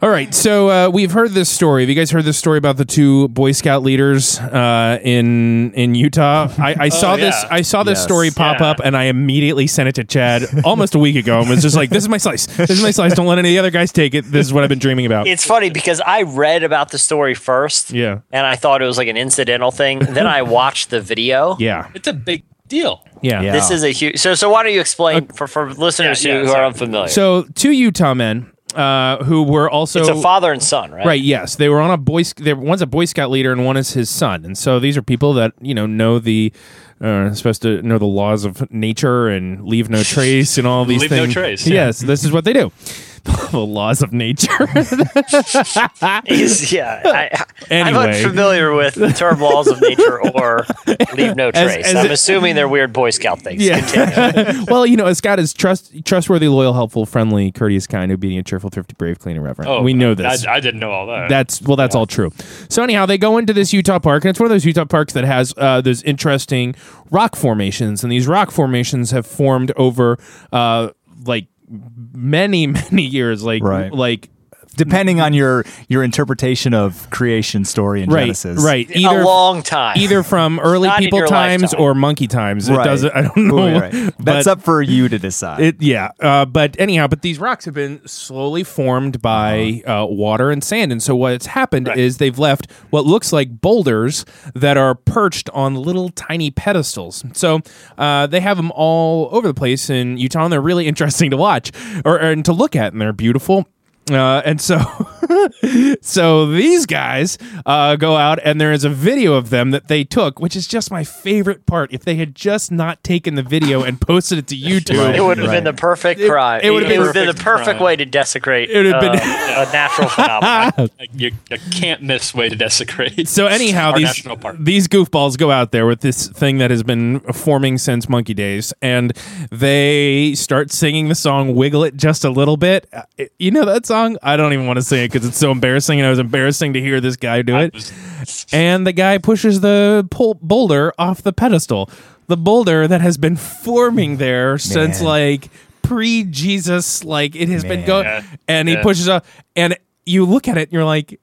Speaker 3: All right, so uh, we've heard this story. Have you guys heard this story about the two Boy Scout leaders uh, in in Utah? I,
Speaker 4: <laughs>
Speaker 3: I saw
Speaker 4: Oh, yeah.
Speaker 3: this. I saw this
Speaker 1: Yes.
Speaker 3: story pop
Speaker 4: Yeah.
Speaker 3: up, and I immediately sent it
Speaker 1: <laughs>
Speaker 3: to Chad almost a week ago, and was just like, "This is my slice. This is my slice. Don't let any of the other guys take it. This is what I've been dreaming about."
Speaker 5: It's funny because I read about the story first.
Speaker 3: Yeah.
Speaker 5: And I thought it was like an incidental thing.
Speaker 4: <laughs>
Speaker 5: then I watched the video.
Speaker 3: yeah,
Speaker 4: It's a big deal.
Speaker 3: yeah,
Speaker 1: Yeah.
Speaker 5: This is a huge. So, so why don't you explain for, for listeners
Speaker 4: yeah,
Speaker 5: who, who
Speaker 4: sorry.
Speaker 5: are unfamiliar?
Speaker 3: So two Utah men uh, who were also
Speaker 5: it's a father and son, right?
Speaker 3: Right. Yes, they were on a boy. Sc- They one's a Boy Scout leader and one is his son, and so these are people that you know know the uh, supposed to know the laws of nature and
Speaker 4: <laughs>
Speaker 3: leave no trace and all these
Speaker 4: Leave no
Speaker 3: things.
Speaker 4: trace, yeah.
Speaker 3: Yes, this is what
Speaker 4: <laughs>
Speaker 3: they do. the laws of nature.
Speaker 5: <laughs> He's- yeah. I, I'm
Speaker 3: Anyway.
Speaker 5: unfamiliar with the term laws of nature or leave no
Speaker 3: <laughs> As-
Speaker 5: trace.
Speaker 3: as
Speaker 5: I'm
Speaker 3: it-
Speaker 5: assuming they're weird Boy Scout things.
Speaker 3: yeah. <laughs> well, you know, a Scout is trust, trustworthy, loyal, helpful, friendly, courteous, kind, obedient, cheerful, thrifty, brave, clean, and reverent. we know this.
Speaker 4: Oh, I, I didn't know all that.
Speaker 3: That's well, that's all true. So anyhow, they go into this Utah park, and it's one of those Utah parks that has uh, those interesting rock formations, and these rock formations have formed over uh, like many <laughs> many years, like
Speaker 1: Right.
Speaker 3: like
Speaker 1: Depending on your your interpretation of creation story in
Speaker 3: right
Speaker 1: Genesis,
Speaker 3: right
Speaker 5: a long time.
Speaker 3: either from early
Speaker 5: Not in
Speaker 3: people
Speaker 5: your
Speaker 3: times
Speaker 5: lifetime.
Speaker 3: or monkey times. It doesn't. I don't know.
Speaker 1: Right, right. That's
Speaker 3: <laughs> but-
Speaker 1: up for you to decide.
Speaker 3: It, yeah, uh, but anyhow, but these rocks have been slowly formed by uh, water and sand, and so what's happened is they've left what looks like boulders that are perched on little tiny pedestals. So uh, they have them all over the place in Utah, and they're really <laughs> interesting to watch or and to look at, and they're beautiful. Uh, and so, <laughs> so these guys uh, go out, and there is a video of them that they took, which is just my favorite part. If they had just not taken the video and posted it to YouTube,
Speaker 5: It would have
Speaker 1: Right.
Speaker 5: been the perfect
Speaker 3: It-
Speaker 5: crime.
Speaker 3: it
Speaker 5: It
Speaker 3: would
Speaker 5: would
Speaker 3: have
Speaker 5: have
Speaker 3: been
Speaker 5: been the
Speaker 4: perfect
Speaker 5: perfect
Speaker 4: crime.
Speaker 5: way to desecrate
Speaker 3: It would have been-
Speaker 5: uh,
Speaker 3: <laughs>
Speaker 5: a natural phenomenon.
Speaker 4: Like, you, you can't miss way to desecrate.
Speaker 3: So anyhow,
Speaker 4: our
Speaker 3: these
Speaker 4: national park.
Speaker 3: these goofballs go out there with this thing that has been forming since monkey days, and they start singing the song "Wiggle It" just a little bit. Uh, it- You know that song? I don't even want to sing it because it's so embarrassing, and it was embarrassing to hear this guy do it. And the guy pushes the pull- boulder off the pedestal, the boulder that has been forming there since
Speaker 1: Man.
Speaker 3: like pre-Jesus. Like it has been
Speaker 1: Man.
Speaker 3: going,
Speaker 4: Yeah.
Speaker 3: and he
Speaker 4: Yeah.
Speaker 3: pushes up, and you look at it, and you're like.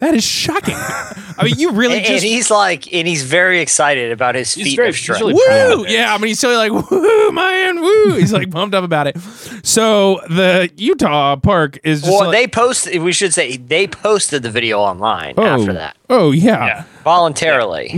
Speaker 3: That is shocking. <laughs> I mean, you really
Speaker 5: and, and
Speaker 3: just
Speaker 5: he's like, and he's very excited about his feet.
Speaker 4: very-
Speaker 5: of
Speaker 4: he's
Speaker 5: strength.
Speaker 4: really
Speaker 3: woo. Yeah, I mean, he's so like woo, man, woo. He's like pumped up about it. So the Utah park is just
Speaker 5: well,
Speaker 3: like,
Speaker 5: they posted. We should say they posted the video online
Speaker 3: oh,
Speaker 5: after that
Speaker 3: Oh yeah, yeah.
Speaker 4: Yeah.
Speaker 5: voluntarily.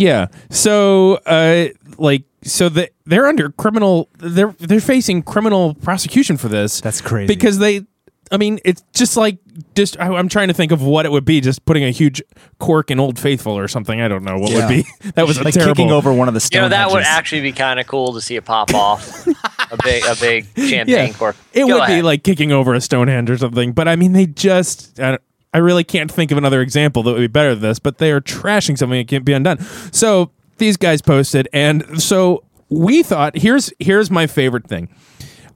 Speaker 3: So uh, like, so the, they're under criminal. They're they're facing criminal prosecution for this.
Speaker 1: That's crazy.
Speaker 3: because they. I mean, it's just like just. I, I'm trying to think of what it would be. Just putting a huge cork in Old Faithful or something. I don't know what would
Speaker 1: Yeah.
Speaker 3: be. <laughs> That was a
Speaker 1: like
Speaker 3: terrible.
Speaker 1: kicking over one of the
Speaker 5: You
Speaker 1: stone
Speaker 5: know that would
Speaker 1: hedges.
Speaker 5: actually be kind of cool to see
Speaker 3: <laughs>
Speaker 5: it pop off a big a big champagne cork.
Speaker 3: It
Speaker 5: Go
Speaker 3: would be
Speaker 5: ahead.
Speaker 3: like kicking over a Stonehenge or something. But I mean, they just. I, don't- I really can't think of another example that would be better than this, but they are trashing something that can't be undone. So these guys posted, and so we thought here's here's my favorite thing.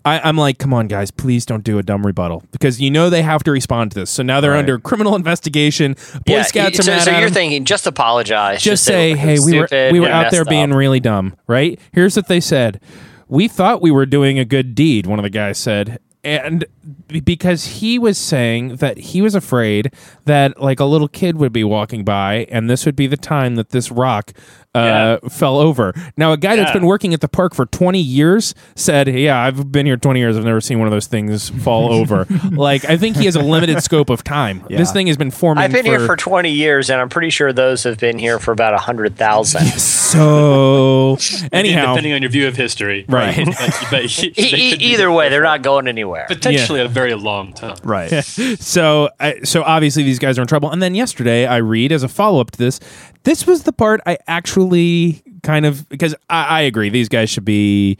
Speaker 3: I, I'm like, come on, guys, please don't do a dumb rebuttal because you know they have to respond to this. So now they're
Speaker 1: Right.
Speaker 3: under criminal investigation. Boy
Speaker 5: Yeah,
Speaker 3: Scouts
Speaker 5: you-
Speaker 3: are
Speaker 5: so,
Speaker 3: mad
Speaker 5: so
Speaker 3: at
Speaker 5: you're
Speaker 3: them
Speaker 5: thinking just apologize.
Speaker 3: just say,
Speaker 5: "Look,
Speaker 3: hey,
Speaker 5: I'm
Speaker 3: we were
Speaker 5: stupid,
Speaker 3: we were out
Speaker 5: messed
Speaker 3: there being
Speaker 5: up."
Speaker 3: really dumb, right? Here's what they said: we thought we were doing a good deed. One of the guys said, and b- because he was saying that he was afraid that like a little kid would be walking by, and this would be the time that this rock. Uh, fell over. Now, a guy that's
Speaker 4: Yeah.
Speaker 3: been working at the park for 20 years said, "Yeah, I've been here 20 years. I've never seen one of those things
Speaker 5: <laughs>
Speaker 3: fall over." like, I think he has a limited scope of time. This thing has been forming.
Speaker 5: I've been
Speaker 3: for,
Speaker 5: here for 20 years, and I'm pretty sure those have been here for
Speaker 3: <laughs>
Speaker 5: about 100,000. <laughs>
Speaker 3: so.
Speaker 4: <laughs>
Speaker 3: Anyhow,
Speaker 4: depending on your view of history,
Speaker 3: Right.
Speaker 4: But, but he-
Speaker 5: E-
Speaker 4: they
Speaker 5: e-
Speaker 4: could be
Speaker 5: either way, they're not going anywhere.
Speaker 4: potentially a very long time.
Speaker 1: Right.
Speaker 3: so I, so obviously these guys are in trouble. And then yesterday I read as a follow up to this, this was the part I actually kind of because I, I agree these guys should be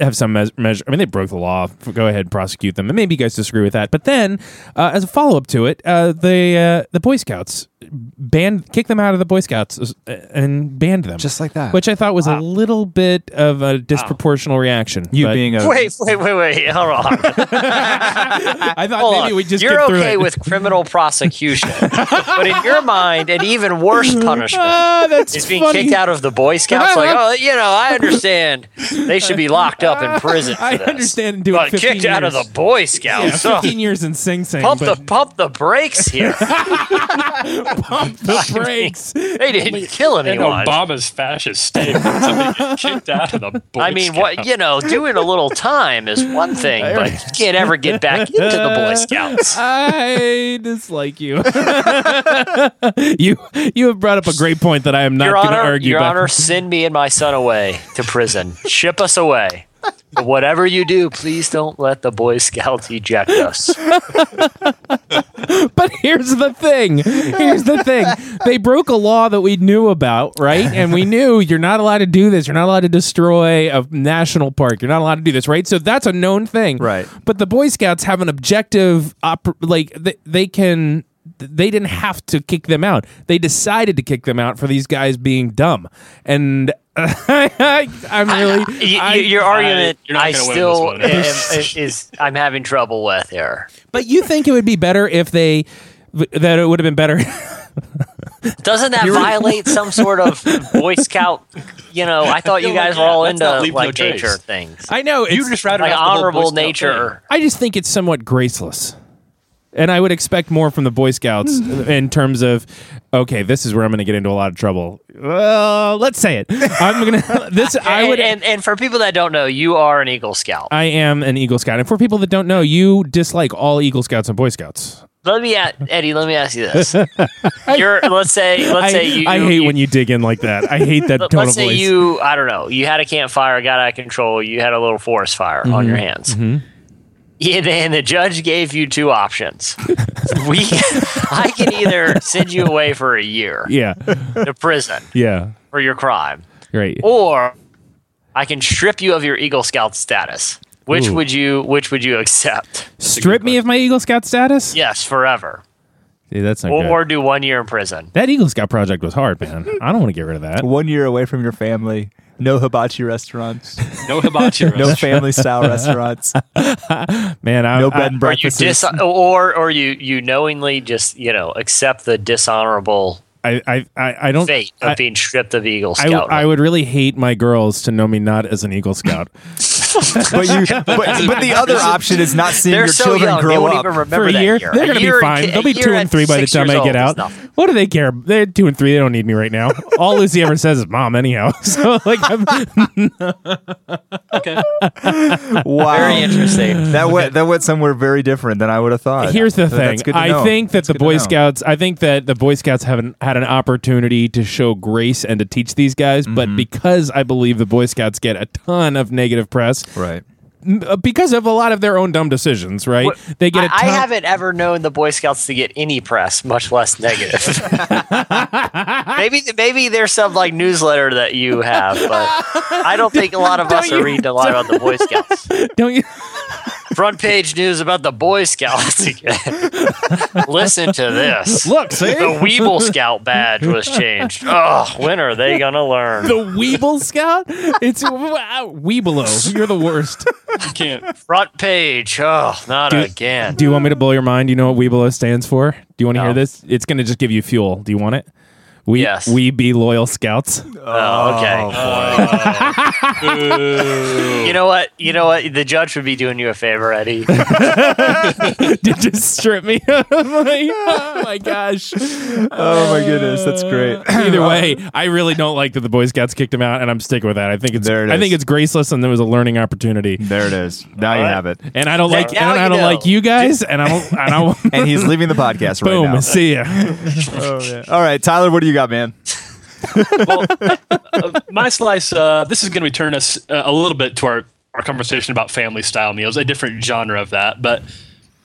Speaker 3: have some mes- measure. I mean, they broke the law. Go ahead and prosecute them. And maybe you guys disagree with that. But then, uh, as a follow up to it, uh, the uh, the Boy Scouts banned, kicked them out of the Boy Scouts uh, and banned them
Speaker 1: Just like that.
Speaker 3: which I thought was a little bit of a disproportional reaction.
Speaker 1: you
Speaker 3: but
Speaker 1: being a
Speaker 5: Wait, wait, wait, wait. Hold on.
Speaker 3: I thought
Speaker 5: Hold
Speaker 3: maybe
Speaker 5: on.
Speaker 3: we just
Speaker 5: You're
Speaker 3: get through
Speaker 5: okay
Speaker 3: it.
Speaker 5: with criminal prosecution, but in your mind, an even worse
Speaker 3: <laughs> <laughs>
Speaker 5: punishment
Speaker 3: Ah, that's
Speaker 5: is being
Speaker 3: funny.
Speaker 5: kicked out of the Boy Scouts. like, oh, you know, I understand they should be locked up in prison. For
Speaker 3: I
Speaker 5: this.
Speaker 3: understand and do it
Speaker 5: But
Speaker 3: 15
Speaker 5: kicked out of
Speaker 3: years.
Speaker 5: the Boy
Speaker 3: Yeah,
Speaker 5: Scouts. oh,
Speaker 3: 15 years in Sing Sing.
Speaker 5: pump
Speaker 3: but
Speaker 5: the pump the
Speaker 3: <laughs>
Speaker 5: brakes here.
Speaker 3: pump the brakes.
Speaker 5: They didn't kill
Speaker 4: And
Speaker 5: anyone.
Speaker 4: Obama's fascist state wants to get kicked out of the Boy
Speaker 5: I mean, what
Speaker 4: Scouts.
Speaker 5: you know, doing a little time is
Speaker 3: <laughs>
Speaker 5: one thing, but you can't ever get back into the Boy Scouts.
Speaker 3: I dislike you. <laughs> you you have brought up a great point that I am not
Speaker 5: Your
Speaker 3: going to
Speaker 5: Honor,
Speaker 3: argue
Speaker 5: Your
Speaker 3: about.
Speaker 5: Honor, send me and my son away to prison. Ship us away. But whatever you do, please don't let the Boy Scouts eject us.
Speaker 3: But here's the thing. Here's the thing. They broke a law that we knew about, right? And we knew you're not allowed to do this. You're not allowed to destroy a national park. You're not allowed to do this, right? So that's a known thing.
Speaker 1: Right.
Speaker 3: But the Boy Scouts have an objective op- like they, they can they didn't have to kick them out. They decided to kick them out for these guys being dumb. And <laughs> I, I'm really
Speaker 5: Y-
Speaker 3: I-
Speaker 5: y- your argument,
Speaker 4: you're not
Speaker 5: I
Speaker 4: gonna win
Speaker 5: still
Speaker 4: this one.
Speaker 5: am- is, I'm having trouble with here.
Speaker 3: But you think it would be better if they that it would have been better <laughs>
Speaker 5: Doesn't that violate some sort of Boy Scout? You know, I thought you
Speaker 4: No, like,
Speaker 5: guys were all
Speaker 4: let's
Speaker 5: into
Speaker 4: not leave no
Speaker 5: like
Speaker 4: trace.
Speaker 5: nature things,
Speaker 3: I know
Speaker 4: You
Speaker 3: it's-
Speaker 4: just routed
Speaker 5: like
Speaker 4: off the whole Boy
Speaker 5: honorable
Speaker 4: Scout thing.
Speaker 5: nature.
Speaker 3: I just think it's somewhat graceless. And I would expect more from the Boy Scouts in terms of, okay, this is where I'm going to get into a lot of trouble. Well, let's say it. I'm going to, <laughs> this, I would,
Speaker 5: and, and and for people that don't know, you are an Eagle Scout.
Speaker 3: I am an Eagle Scout. And for people that don't know, you dislike all Eagle Scouts and Boy Scouts.
Speaker 5: Let me, a Eddie. Let me ask
Speaker 3: <laughs>
Speaker 5: you this: You're, let's say, let's
Speaker 3: I,
Speaker 5: say you.
Speaker 3: I hate when you dig in like that. I hate that tone
Speaker 5: Let's
Speaker 3: of
Speaker 5: say
Speaker 3: voice.
Speaker 5: you, I don't know, you had a campfire, got out of control, you had a little forest fire
Speaker 3: Mm-hmm.
Speaker 5: on your hands. Yeah, and the judge gave you
Speaker 3: <laughs>
Speaker 5: two options. we, I can either send you away for a year
Speaker 3: yeah.
Speaker 5: to prison
Speaker 3: Yeah.
Speaker 5: for your crime,
Speaker 3: Great.
Speaker 5: or I can strip you of your Eagle Scout status. Which
Speaker 3: Ooh.
Speaker 5: would you, which would you accept?
Speaker 3: Strip me of my Eagle Scout status?
Speaker 5: Yes, forever,
Speaker 3: Dude, that's not
Speaker 5: or,
Speaker 3: good.
Speaker 5: or do one year in prison.
Speaker 3: that Eagle Scout project was hard, man. I don't want to get rid of
Speaker 5: <laughs>
Speaker 3: that.
Speaker 1: one year away from your family, no hibachi restaurants,
Speaker 4: No <laughs> hibachi.
Speaker 1: no
Speaker 3: <laughs>
Speaker 4: restaurant.
Speaker 1: family style restaurants,
Speaker 3: Man, I,
Speaker 1: no
Speaker 3: I,
Speaker 1: bed and
Speaker 5: you
Speaker 1: breakfasts.
Speaker 5: dis- or or you you knowingly just you know accept the dishonorable
Speaker 3: I, I, I, I don't.
Speaker 5: fate of
Speaker 3: I-
Speaker 5: being stripped of Eagle
Speaker 3: I,
Speaker 5: Scout.
Speaker 3: I would really hate my girls to know me not as an Eagle
Speaker 5: <laughs>
Speaker 3: Scout.
Speaker 1: but you, but, but the other option is not seeing
Speaker 5: They're
Speaker 1: your
Speaker 5: so
Speaker 1: children
Speaker 5: young; they
Speaker 1: grow
Speaker 5: won't
Speaker 1: up.
Speaker 5: even remember
Speaker 3: For a
Speaker 5: that
Speaker 3: year,
Speaker 5: year.
Speaker 3: they're going to
Speaker 5: year
Speaker 3: be
Speaker 5: at
Speaker 3: fine.
Speaker 5: ki-
Speaker 3: They'll
Speaker 5: a
Speaker 3: be
Speaker 5: year
Speaker 3: two
Speaker 5: at
Speaker 3: and three by the
Speaker 5: six
Speaker 3: time
Speaker 5: years
Speaker 3: I get
Speaker 5: old is
Speaker 3: out.
Speaker 5: nothing.
Speaker 3: What do they care? They're two and three. They don't need me right
Speaker 5: <laughs>
Speaker 3: now. All Lucy ever says is "mom," anyhow. <laughs> So like, I'm,
Speaker 4: Okay.
Speaker 1: Wow,
Speaker 5: Very interesting.
Speaker 1: That went that went somewhere very different than I would have thought.
Speaker 3: <laughs> here's the
Speaker 1: That- that's
Speaker 3: thing.
Speaker 1: good to
Speaker 3: I
Speaker 1: know.
Speaker 3: think that
Speaker 1: That's
Speaker 3: the
Speaker 1: good to
Speaker 3: Boy
Speaker 1: know.
Speaker 3: Scouts. I think that the Boy Scouts haven't had an opportunity to show grace and to teach these guys,
Speaker 5: Mm-hmm.
Speaker 3: but because I believe the Boy Scouts get a ton of negative press
Speaker 1: right?
Speaker 3: m- uh, because of a lot of their own dumb decisions, right? They get a
Speaker 5: I, I
Speaker 3: ton.
Speaker 5: haven't ever known the Boy Scouts to get any press, much
Speaker 3: <laughs>
Speaker 5: less negative. maybe maybe there's some like newsletter that you have, but I don't think a lot of us
Speaker 3: Don't
Speaker 5: are
Speaker 3: you-
Speaker 5: reading a lot about the Boy Scouts.
Speaker 3: <laughs> <laughs> don't you?
Speaker 5: Front page news about the Boy Scouts again.
Speaker 3: <laughs>
Speaker 5: Listen to this.
Speaker 3: Look, <laughs> see?
Speaker 5: The Weeble Scout badge was changed. Oh, when are they gonna learn?
Speaker 3: The Weeble Scout? <laughs> It's wow, Weebelo. You're the worst.
Speaker 4: You can't.
Speaker 5: Front page. Oh, not again.
Speaker 3: <laughs> Do you want me to blow your mind? You know what Weebelo stands for? Do you want to hear
Speaker 5: No.
Speaker 3: this? It's going to just give you fuel. Do you want it? We
Speaker 5: Yes.
Speaker 3: we be loyal scouts. <laughs>
Speaker 5: oh, okay. <laughs> You know what? You know what? The judge would be doing you a favor, Eddie.
Speaker 3: Did just strip me. of my- oh my gosh. Uh,
Speaker 1: Oh my goodness, that's great.
Speaker 3: <coughs>
Speaker 1: <clears throat>
Speaker 3: Either way, I really don't like that the Boy Scouts kicked him out, and I'm sticking with that. I think it's
Speaker 1: There it
Speaker 3: I
Speaker 1: is.
Speaker 3: think it's graceless, and there was a learning opportunity.
Speaker 1: there it is. Now you
Speaker 5: right.
Speaker 1: have it.
Speaker 3: And I don't like
Speaker 5: now
Speaker 3: and I
Speaker 5: you
Speaker 3: don't
Speaker 5: know.
Speaker 3: like you guys, and I don't <laughs> I don't.
Speaker 1: And he's leaving the podcast right
Speaker 3: Boom!
Speaker 1: now.
Speaker 3: See <laughs> ya.
Speaker 1: All right, Tyler, what do you got, man?
Speaker 4: Well, uh, my slice. Uh, this is going to return us uh, a little bit to our, our conversation about family style meals, a different genre of that. But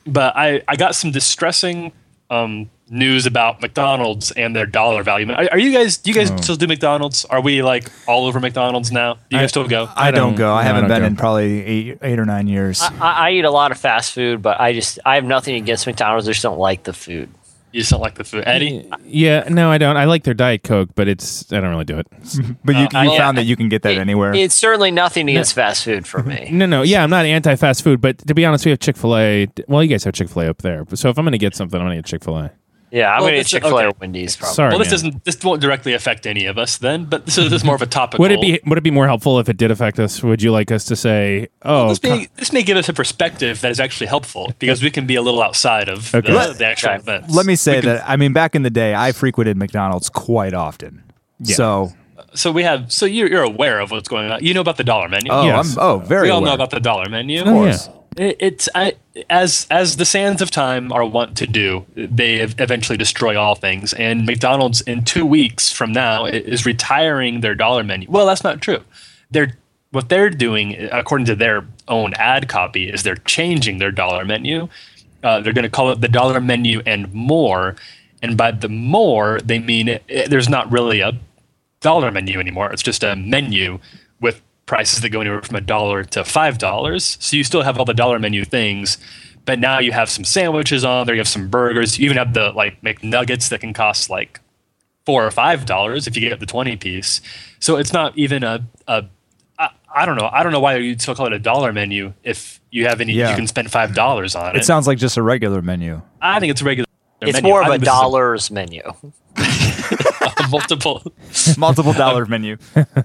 Speaker 4: but I I got some distressing um, news about McDonald's and their dollar value. Are, are you guys? Do you guys still do McDonald's? Are we like all over McDonald's now? Do you guys still go?
Speaker 1: I, don't,
Speaker 3: don't-
Speaker 1: go. I
Speaker 3: no, I
Speaker 1: haven't
Speaker 3: don't
Speaker 1: been
Speaker 3: go.
Speaker 1: in probably eight, eight or nine years.
Speaker 4: Uh,
Speaker 5: I, I eat a lot of fast food, but I just I have nothing against McDonald's. I just don't like the food.
Speaker 4: you just don't like the food, Eddie.
Speaker 3: Yeah, no, I don't. I like their diet coke, but it's I don't really do it.
Speaker 1: but
Speaker 4: uh,
Speaker 1: you, you
Speaker 5: I-
Speaker 1: found that you can get that
Speaker 5: It-
Speaker 1: anywhere.
Speaker 5: It's certainly nothing against fast food for me.
Speaker 3: <laughs> No, no, yeah, I'm not anti fast food, but to be honest, we have Chick fil A. Well, you guys have Chick fil A up there, so if I'm gonna get something, I'm gonna get Chick fil A.
Speaker 5: Yeah, I'm
Speaker 4: Well,
Speaker 5: gonna eat
Speaker 4: it's-
Speaker 5: Chick Fil A
Speaker 4: okay.
Speaker 5: or Wendy's probably.
Speaker 3: Sorry,
Speaker 4: Well, this
Speaker 3: man.
Speaker 4: doesn't. This won't directly affect any of us then. But this is, this is more of a topic.
Speaker 3: Would it be Would it be more helpful if it did affect us? Would you like us to say, "Oh,
Speaker 4: This
Speaker 3: co-
Speaker 4: may, this may give us a perspective that is actually helpful because we can be a little outside of
Speaker 3: Okay.
Speaker 4: the,
Speaker 3: Let-
Speaker 4: the actual
Speaker 5: okay.
Speaker 4: events.
Speaker 1: Let me say that I mean back in the day, I frequented McDonald's quite often. So
Speaker 4: So we have. So you're, you're aware of what's going on. You know about the dollar menu.
Speaker 1: oh,
Speaker 3: Yes.
Speaker 1: I'm, oh, very
Speaker 4: we all
Speaker 1: aware.
Speaker 4: know about the dollar menu.
Speaker 3: Oh, course.
Speaker 4: It, it's I, as as the sands of time are wont to do. They ev- eventually destroy all things, and McDonald's in two weeks from now i- is retiring their dollar menu. Well, that's not true. They're what they're doing, according to their own ad copy, is they're changing their dollar menu. Uh, they're going to call it the dollar menu and more, and by the more they mean it, it- there's not really a dollar menu anymore. It's just a menu with prices that go anywhere from a dollar to five dollars. So you still have all the dollar menu things, but now you have some sandwiches on there. You have some burgers. You even have the like McNuggets that can cost like four or five dollars if you get the twenty piece. So it's not even a a I, I don't know. I don't know why you'd still call it a dollar menu if you have any.
Speaker 1: Yeah.
Speaker 4: You can spend five dollars on it.
Speaker 1: It sounds like just a regular
Speaker 4: <laughs>
Speaker 1: menu.
Speaker 4: I think it's a regular.
Speaker 5: It's
Speaker 4: menu.
Speaker 5: more
Speaker 4: I
Speaker 5: of a
Speaker 4: think this is
Speaker 5: dollars menu.
Speaker 4: <laughs> multiple,
Speaker 1: Multiple dollar
Speaker 4: <laughs>
Speaker 1: menu.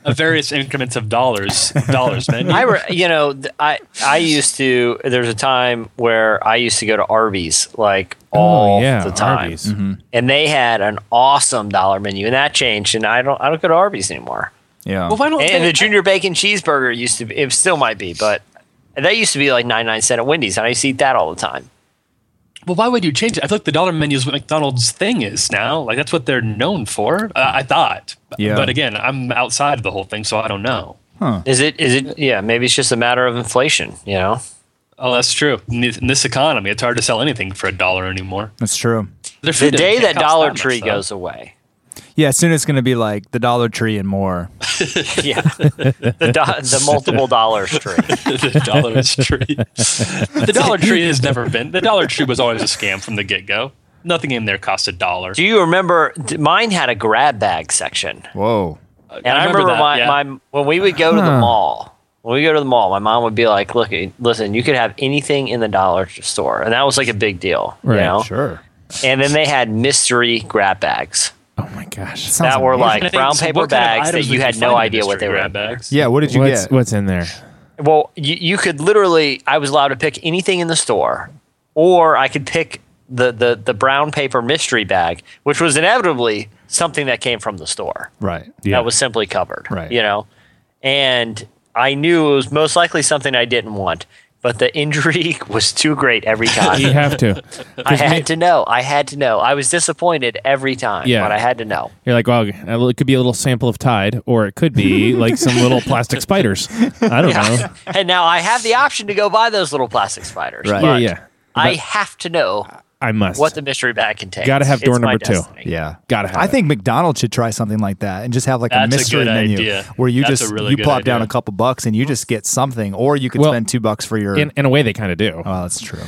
Speaker 4: of various increments of dollars,
Speaker 5: <laughs>
Speaker 4: dollars menu.
Speaker 5: I re- you know th- I I used to. There's a time where I used to go to Arby's like all
Speaker 3: Oh, yeah,
Speaker 5: the time,
Speaker 3: Arby's.
Speaker 1: Mm-hmm.
Speaker 5: and they had an awesome dollar menu, and that changed. And I don't I don't go to Arby's anymore.
Speaker 1: Yeah.
Speaker 4: Well, why don't
Speaker 5: And,
Speaker 4: they-
Speaker 5: the junior bacon cheeseburger used to be, it still might be, but that used to be like 99 cent at Wendy's, and I used to eat that all the time.
Speaker 4: Well, why would you change it? I thought the dollar menu is what McDonald's thing is now. Like that's what they're known for. Uh, I thought.
Speaker 1: Yeah.
Speaker 4: But again, I'm outside of the whole thing, so I don't know.
Speaker 5: Is it? Is it? Yeah, maybe it's just a matter of inflation. You know,
Speaker 4: Oh, that's true. In this in this economy, it's hard to sell anything for a dollar anymore.
Speaker 1: That's true.
Speaker 4: Their
Speaker 5: the
Speaker 4: food
Speaker 5: day
Speaker 4: doesn't
Speaker 5: that
Speaker 4: cost
Speaker 5: Dollar
Speaker 4: much,
Speaker 5: Tree
Speaker 4: though. <laughs>
Speaker 5: goes away.
Speaker 1: Yeah, soon it's going to be like the Dollar Tree and more.
Speaker 5: Yeah, <laughs> the do- the multiple dollars tree.
Speaker 4: the Dollar
Speaker 5: <laughs>
Speaker 4: Tree. the Dollar Tree has never been. The Dollar Tree was always a scam from the get go. Nothing in there cost a dollar.
Speaker 5: Do you remember? d- Mine had a grab bag section.
Speaker 1: Whoa.
Speaker 5: And I, remember,
Speaker 4: that,
Speaker 5: my,
Speaker 4: yeah.
Speaker 5: my when we would go to the mall. When we go to the mall, my mom would be like, "Look, eh, listen, you could have anything in the dollar store," and that was like a big deal, you
Speaker 3: Right,
Speaker 5: know.
Speaker 1: Sure.
Speaker 5: And then they had mystery grab bags
Speaker 3: Oh my gosh,
Speaker 1: Sounds
Speaker 5: that were
Speaker 1: amazing.
Speaker 4: And I
Speaker 5: like
Speaker 4: think
Speaker 5: brown
Speaker 4: so what
Speaker 5: paper
Speaker 4: kind of
Speaker 5: bags that
Speaker 4: items
Speaker 5: you
Speaker 4: would
Speaker 5: had
Speaker 4: find
Speaker 5: no
Speaker 4: in
Speaker 5: idea what
Speaker 4: mystery
Speaker 5: they were.
Speaker 4: grab bags.
Speaker 1: Yeah, what did you
Speaker 3: what's
Speaker 1: get?
Speaker 3: what's in there?
Speaker 5: Well, you, you could literally, I was allowed to pick anything in the store, or I could pick the, the, the brown paper mystery bag, which was inevitably something that came from the store
Speaker 1: Right.
Speaker 3: Yeah.
Speaker 5: that was simply covered.
Speaker 1: Right.
Speaker 5: You know, and I knew it was most likely something I didn't want, but the intrigue <laughs> was too great every
Speaker 3: you
Speaker 5: time.
Speaker 3: have to.
Speaker 5: I had to know. I had to know. I was disappointed every time,
Speaker 3: Yeah.
Speaker 5: but I had to know.
Speaker 3: You're like, well, it could be a little sample of Tide, or it could be like some little plastic spiders. I
Speaker 5: <laughs>
Speaker 3: don't know.
Speaker 5: and now I have the option to go buy those little plastic spiders.
Speaker 1: Right.
Speaker 3: Yeah,
Speaker 5: but
Speaker 3: yeah.
Speaker 5: I have to know
Speaker 3: I must.
Speaker 5: what the mystery bag contains.
Speaker 3: Gotta have door
Speaker 5: It's my
Speaker 3: number two.
Speaker 5: destiny.
Speaker 1: Yeah.
Speaker 3: Gotta have
Speaker 1: I
Speaker 3: it.
Speaker 1: think McDonald's should try something like that and just have like
Speaker 4: That's
Speaker 1: a
Speaker 4: a
Speaker 1: mystery
Speaker 4: good
Speaker 1: menu
Speaker 4: idea.
Speaker 1: where you
Speaker 4: That's a
Speaker 1: just
Speaker 4: really
Speaker 1: you
Speaker 4: good
Speaker 1: plop down
Speaker 4: idea.
Speaker 1: a couple bucks and you just get something or you could
Speaker 3: Well,
Speaker 1: spend 2 bucks for Oh. your
Speaker 3: in, in a way, they kind of do.
Speaker 1: Well, that's true.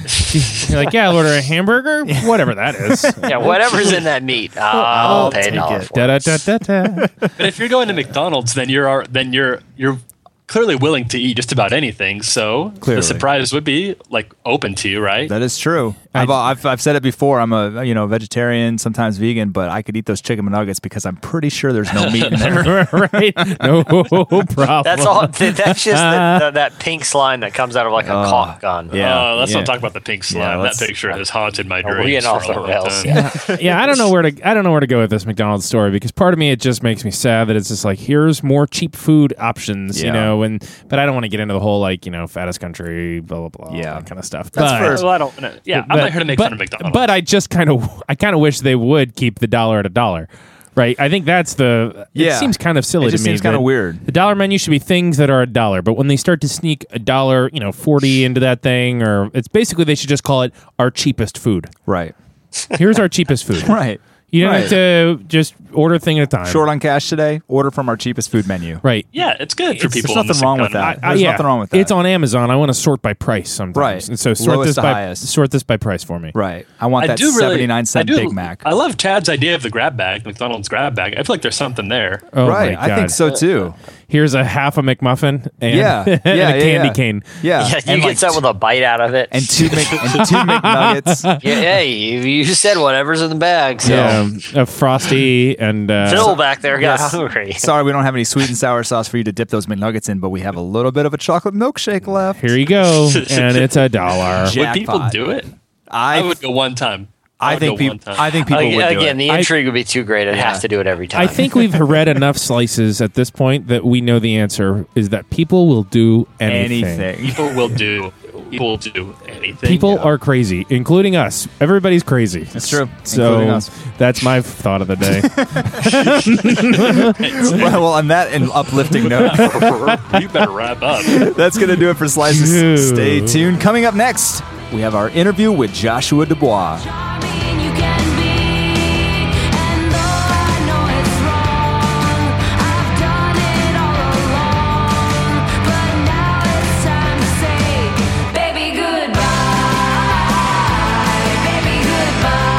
Speaker 3: You're like, yeah, I'll order
Speaker 1: <laughs>
Speaker 3: a hamburger, whatever that is.
Speaker 5: Yeah, whatever's in
Speaker 3: <laughs>
Speaker 5: that meat, I'll, pay a
Speaker 1: take
Speaker 5: dollar
Speaker 1: it.
Speaker 5: for.
Speaker 3: Da da da
Speaker 1: <laughs>
Speaker 3: da da.
Speaker 4: But if you're going to McDonald's, then you're ar- then you're you're clearly willing to eat just about anything. So
Speaker 1: Clearly.
Speaker 4: the surprise would be like open to you, right?
Speaker 1: <laughs> That is true. I've, uh, I've, I've said it before. I'm a you know vegetarian, sometimes vegan, but I could eat those chicken nuggets because I'm pretty sure there's
Speaker 3: <laughs>
Speaker 1: no meat in there.
Speaker 3: right? No problem.
Speaker 5: That's all. <laughs> That's just the, the, that pink slime that comes out of like a caulk gun.
Speaker 1: yeah,
Speaker 4: Oh, let's
Speaker 3: Uh, yeah.
Speaker 4: not talk about the pink slime.
Speaker 1: let's-
Speaker 4: that picture has haunted
Speaker 1: Oh,
Speaker 4: my
Speaker 5: we're
Speaker 4: dreams
Speaker 5: getting
Speaker 4: for
Speaker 5: off
Speaker 4: a
Speaker 5: the
Speaker 4: long
Speaker 5: rails.
Speaker 4: time.
Speaker 3: <laughs> yeah, I don't know where to I don't know where to go with this McDonald's story because part of me it just makes me sad that it's just like here's more cheap food options,
Speaker 1: Yeah.
Speaker 3: you know, and but I don't want to get into the whole like you know fattest country blah blah blah
Speaker 1: Yeah.
Speaker 3: that kind of stuff.
Speaker 1: That's
Speaker 3: but,
Speaker 1: for-
Speaker 4: Well, I don't. know. Yeah, I'm not here to make
Speaker 3: but,
Speaker 4: fun of McDonald's.
Speaker 3: But I just kind of I kind of wish they would keep the dollar at a dollar. Right, I think that's the.
Speaker 1: Yeah.
Speaker 3: it seems kind of silly
Speaker 1: It just
Speaker 3: to me.
Speaker 1: seems kinda
Speaker 3: that
Speaker 1: weird.
Speaker 3: The dollar menu should be things that are a dollar, but when they start to sneak
Speaker 1: <sighs>
Speaker 3: a dollar, you know, forty into that thing, or it's basically they should just call it our cheapest food.
Speaker 1: Right.
Speaker 3: Here's our cheapest food.
Speaker 1: <laughs> Right.
Speaker 3: You don't
Speaker 1: Right.
Speaker 3: have to just order a thing at a time.
Speaker 1: Short on cash today? Order from our cheapest food menu.
Speaker 3: Right.
Speaker 4: Yeah, it's good for
Speaker 3: It's-
Speaker 4: people.
Speaker 1: there's
Speaker 4: in the
Speaker 1: nothing wrong with
Speaker 4: economy.
Speaker 1: that. There's
Speaker 3: yeah.
Speaker 1: nothing wrong with that.
Speaker 3: It's on Amazon. I want to sort by price sometimes.
Speaker 1: Right.
Speaker 3: And so sort
Speaker 1: Lowest
Speaker 3: this
Speaker 1: to
Speaker 3: by
Speaker 1: highest.
Speaker 3: sort this by price for me.
Speaker 1: Right. I want that 79 cent
Speaker 4: I do-
Speaker 1: Big Mac.
Speaker 4: I love Chad's idea of the grab bag, McDonald's grab bag. I feel like there's something there.
Speaker 3: Oh
Speaker 1: right.
Speaker 3: my God.
Speaker 1: I think so too.
Speaker 3: Here's a half a McMuffin
Speaker 1: <laughs>
Speaker 3: and,
Speaker 1: Yeah.
Speaker 3: <laughs> and
Speaker 1: Yeah,
Speaker 3: a
Speaker 1: yeah,
Speaker 3: candy
Speaker 1: yeah.
Speaker 3: cane.
Speaker 1: Yeah.
Speaker 5: <laughs> Yeah, you
Speaker 1: and
Speaker 5: get
Speaker 1: like,
Speaker 5: something with a bite out of it.
Speaker 1: and two Mc, and two McNuggets.
Speaker 5: <laughs> yeah, hey, you, you said whatever's in the bag. So
Speaker 3: Yeah. um, a frosty and uh,
Speaker 5: Phil back there got
Speaker 1: Yes.
Speaker 5: hungry.
Speaker 1: Sorry, we don't have any sweet and sour sauce for you to dip those McNuggets in, but we have a little bit of a chocolate milkshake left.
Speaker 3: here you
Speaker 5: <laughs>
Speaker 3: go. and it's a dollar.
Speaker 1: Jackpot.
Speaker 4: Would people do it? I,
Speaker 1: I
Speaker 4: would go one time.
Speaker 1: I
Speaker 4: would
Speaker 1: think
Speaker 4: go
Speaker 1: people
Speaker 4: one time.
Speaker 1: I think people
Speaker 5: Ag-
Speaker 1: would do
Speaker 5: again,
Speaker 1: it.
Speaker 5: the
Speaker 3: I-
Speaker 5: intrigue would be too great. I'd have to do it every time.
Speaker 3: I think we've read enough slices at this point that we know the answer is that people will do anything.
Speaker 4: <laughs>
Speaker 1: Anything.
Speaker 4: people will do. People will do anything.
Speaker 3: People
Speaker 4: Yeah.
Speaker 3: are crazy, including us. Everybody's crazy. That's
Speaker 1: true,
Speaker 3: So
Speaker 1: including us.
Speaker 3: that's my thought of the
Speaker 1: <laughs>
Speaker 3: day.
Speaker 1: well, well, on that and uplifting note,
Speaker 4: <laughs> you better wrap up.
Speaker 1: That's going to do it for
Speaker 3: Dude.
Speaker 1: Slices. Stay tuned. Coming up next, we have our interview with Joshua Dubois.
Speaker 2: Charming you can be, and though I know it's wrong, I've done it all along. But now it's time to say, baby goodbye, baby goodbye.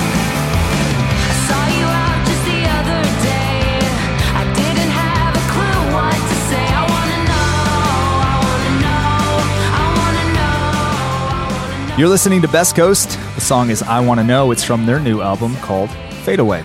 Speaker 2: I saw you out just the other day. I didn't have a clue what to say. I wanna know, I wanna know, I wanna know.
Speaker 1: You're listening to Best Coast. The song is I Want to Know. It's from their new album called Fade Away.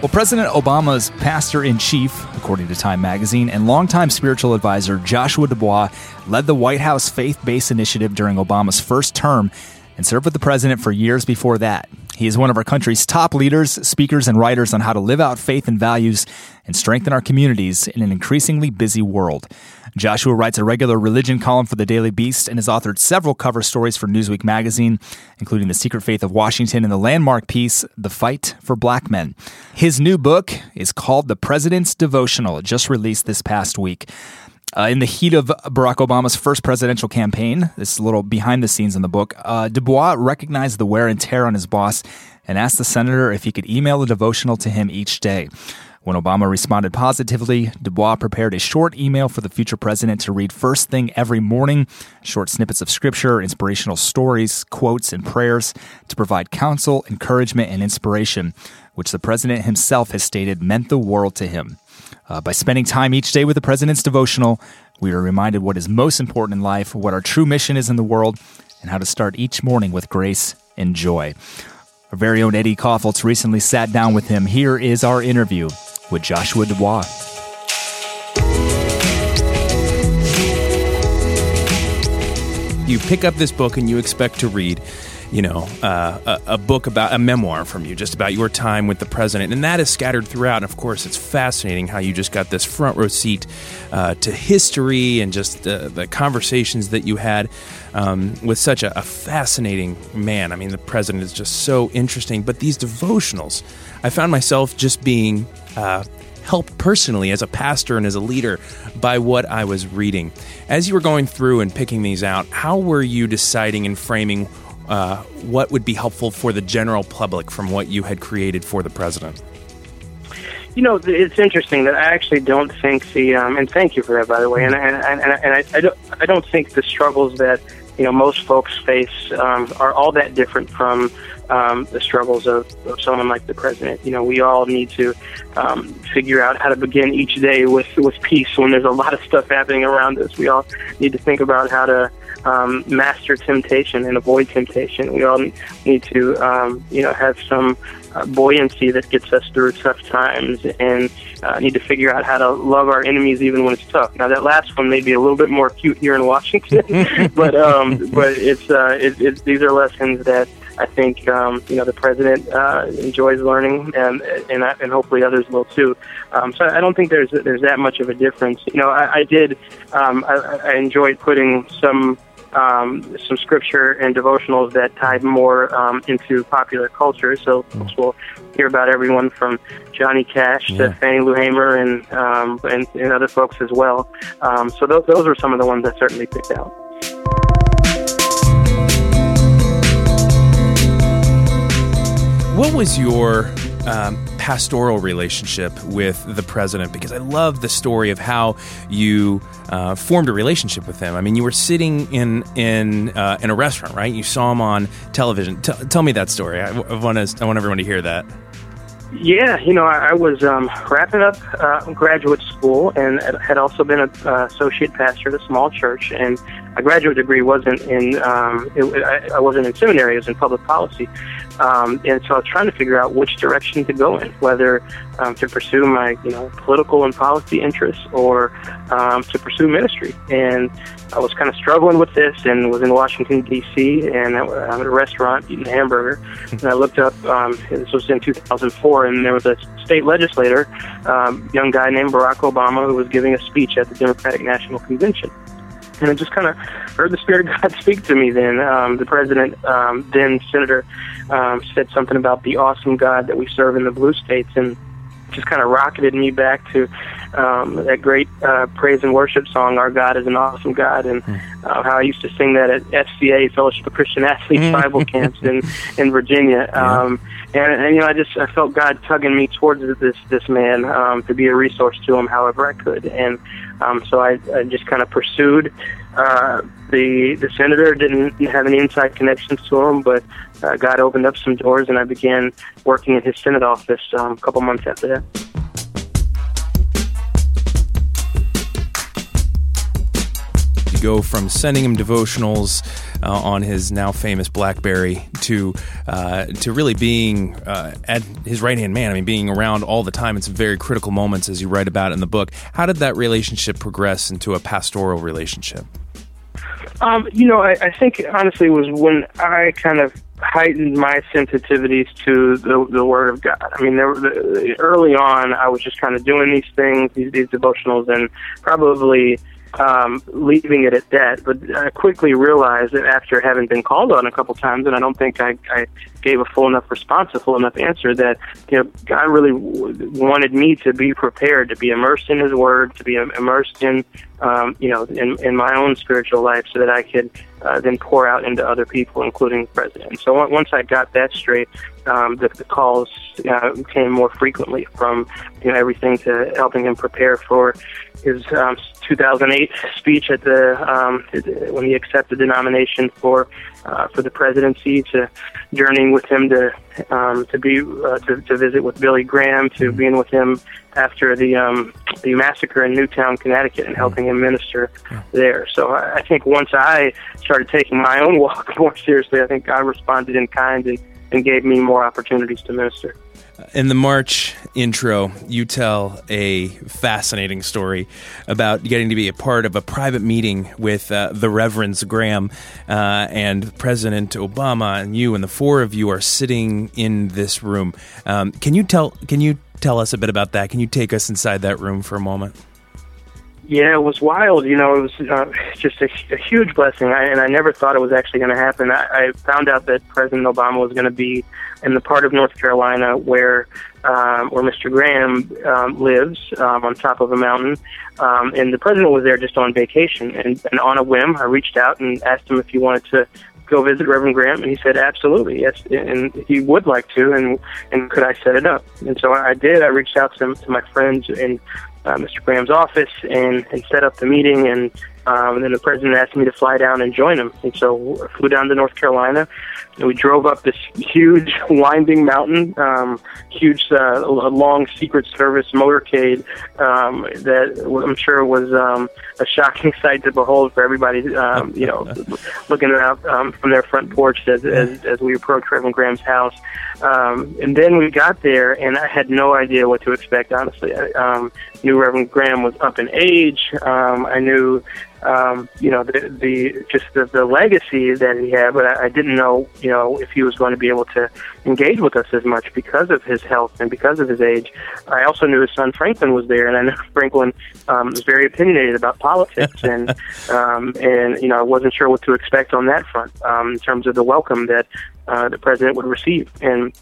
Speaker 1: Well, President Obama's pastor in chief, according to Time magazine, and longtime spiritual advisor Joshua Dubois led the White House faith based initiative during Obama's first term and served with the president for years before that. He is one of our country's top leaders, speakers, and writers on how to live out faith and values and strengthen our communities in an increasingly busy world. Joshua writes a regular religion column for the Daily Beast and has authored several cover stories for Newsweek magazine, including The Secret Faith of Washington and the landmark piece, The Fight for Black Men. His new book is called The President's Devotional. It just released this past week. Uh, in the heat of Barack Obama's first presidential campaign, this little behind the scenes in the book, uh, Dubois recognized the wear and tear on his boss and asked the senator if he could email a devotional to him each day. When Obama responded positively, Dubois prepared a short email for the future president to read first thing every morning, short snippets of scripture, inspirational stories, quotes, and prayers to provide counsel, encouragement, and inspiration, which the president himself has stated meant the world to him. Uh, by spending time each day with the President's devotional, we are reminded what is most important in life, what our true mission is in the world, and how to start each morning with grace and joy. Our very own Eddie Koffeltz recently sat down with him. Here is our interview with Joshua Dubois.
Speaker 7: you pick up this book and you expect to read you know uh, a, a book about a memoir from you just about your time with the president and that is scattered throughout and of course it's fascinating how you just got this front row seat uh, to history and just uh, the conversations that you had um, with such a, a fascinating man i mean the president is just so interesting but these devotionals i found myself just being uh, helped personally as a pastor and as a leader by what I was reading. As you were going through and picking these out, how were you deciding and framing uh, what would be helpful for the general public from what you had created for the president?
Speaker 8: you know, th- it's interesting that I actually don't think the um, and thank you for that by the way, and and and, and I, I don't I don't think the struggles that you know most folks face um, are all that different from um, the struggles of, of someone like the president. You know, we all need to um, figure out how to begin each day with with peace when there's a lot of stuff happening around us. We all need to think about how to um, master temptation and avoid temptation. We all need to, um, you know, have some uh, buoyancy that gets us through tough times, and uh, need to figure out how to love our enemies even when it's tough. Now, that last one may be a little bit more acute here in Washington, <laughs> but um, but it's uh, it, it, these are lessons that I think um, you know the president uh, enjoys learning, and and I, and hopefully others will too. Um, so I don't think there's there's that much of a difference. You know, I, I did um, I, I enjoyed putting some um, some scripture and devotionals that tied more um, into popular culture. So folks will hear about everyone from Johnny Cash to Fannie Lou Hamer and, um, and and other folks as well. Um, so those those were some of the ones I certainly picked out.
Speaker 7: What was your um, pastoral relationship with the president? Because I love the story of how you uh, formed a relationship with him. I mean, you were sitting in in uh, in a restaurant, right? You saw him on television. T- tell me that story. I, want to. I want everyone to hear that.
Speaker 8: Yeah, you know, I, I was um, wrapping up uh, graduate school and had also been an uh, associate pastor at a small church. And my graduate degree wasn't in um, it, I, I wasn't in seminary; it was in public policy. Um, and so I was trying to figure out which direction to go in, whether um, to pursue my you know political and policy interests or um, to pursue ministry. And I was kind of struggling with this, and was in Washington D.C. and I, I'm at a restaurant eating a hamburger, and I looked up. Um, this was in 2004, and there was a state legislator, um, young guy named Barack Obama, who was giving a speech at the Democratic National Convention and I just kind of heard the spirit of God <laughs> speak to me. Then um, the president, um, then senator, um, said something about the awesome God that we serve in the blue states, and just kind of rocketed me back to um, that great uh, praise and worship song, "Our God is an Awesome God," and uh, how I used to sing that at FCA Fellowship of Christian Athletes Bible camps in in Virginia. Um, and, and you know, I just I felt God tugging me towards this this man um, to be a resource to him, however I could, and um, so I, I just kind of pursued. Uh, the the senator didn't have any inside connections to him, but uh, God opened up some doors, and I began working in his Senate office um, a couple months after that.
Speaker 7: You go from sending him devotionals uh, on his now famous BlackBerry to uh, to really being uh, at his right hand man. I mean, being around all the time. It's very critical moments as you write about in the book. How did that relationship progress into a pastoral relationship?
Speaker 8: Um, you know, I, I think honestly it was when I kind of heightened my sensitivities to the, the Word of God. I mean, there, were- the, early on, I was just kind of doing these things, these, these devotionals, and probably um, leaving it at that. But I quickly realized that after having been called on a couple times, and I don't think I, I gave a full enough response, a full enough answer, that you know God really w- wanted me to be prepared, to be immersed in His Word, to be im- immersed in um, you know in, in my own spiritual life, so that I could uh, then pour out into other people, including the president. So on- once I got that straight, um, the, the calls uh, came more frequently from you know everything to helping him prepare for his um, 2008 speech at the um, when he accepted the nomination for uh, for the presidency to journeying with him to um, to be uh, to, to visit with Billy Graham to being with him after the um, the massacre in Newtown, Connecticut, and helping him minister there. So I, I think once I started taking my own walk <laughs> more seriously, I think God responded in kind and, and gave me more opportunities to minister.
Speaker 7: In the March intro, you tell a fascinating story about getting to be a part of a private meeting with uh, the Reverends Graham uh, and President Obama, and you and the four of you are sitting in this room. Um, can you tell? Can you tell us a bit about that? Can you take us inside that room for a moment?
Speaker 8: Yeah, it was wild. You know, it was uh, just a, a huge blessing, I, and I never thought it was actually going to happen. I, I found out that President Obama was going to be in the part of North Carolina where um, where Mr. Graham um, lives um, on top of a mountain, um, and the president was there just on vacation. And, and on a whim, I reached out and asked him if he wanted to go visit Reverend Graham, and he said absolutely yes, and he would like to, and and could I set it up? And so I did. I reached out to, to my friends and uh, Mr. Graham's office and, and set up the meeting. And, um, and then the president asked me to fly down and join him. And so I flew down to North Carolina. And we drove up this huge, <laughs> winding mountain, um, huge, uh, a long Secret Service motorcade um, that I'm sure was um, a shocking <laughs> sight to behold for everybody, um, you know, looking out um, from their front porch as, as, as we approached Reverend Graham's house. Um, and then we got there, and I had no idea what to expect, honestly. I um, knew Reverend Graham was up in age. Um, I knew, um, you know, the, the just the, the legacy that he had, but I, I didn't know you know, if he was going to be able to engage with us as much because of his health and because of his age. I also knew his son Franklin was there, and I know <laughs> Franklin um, was very opinionated about politics, and um, and you know, I wasn't sure what to expect on that front um, in terms of the welcome that uh, the president would receive. And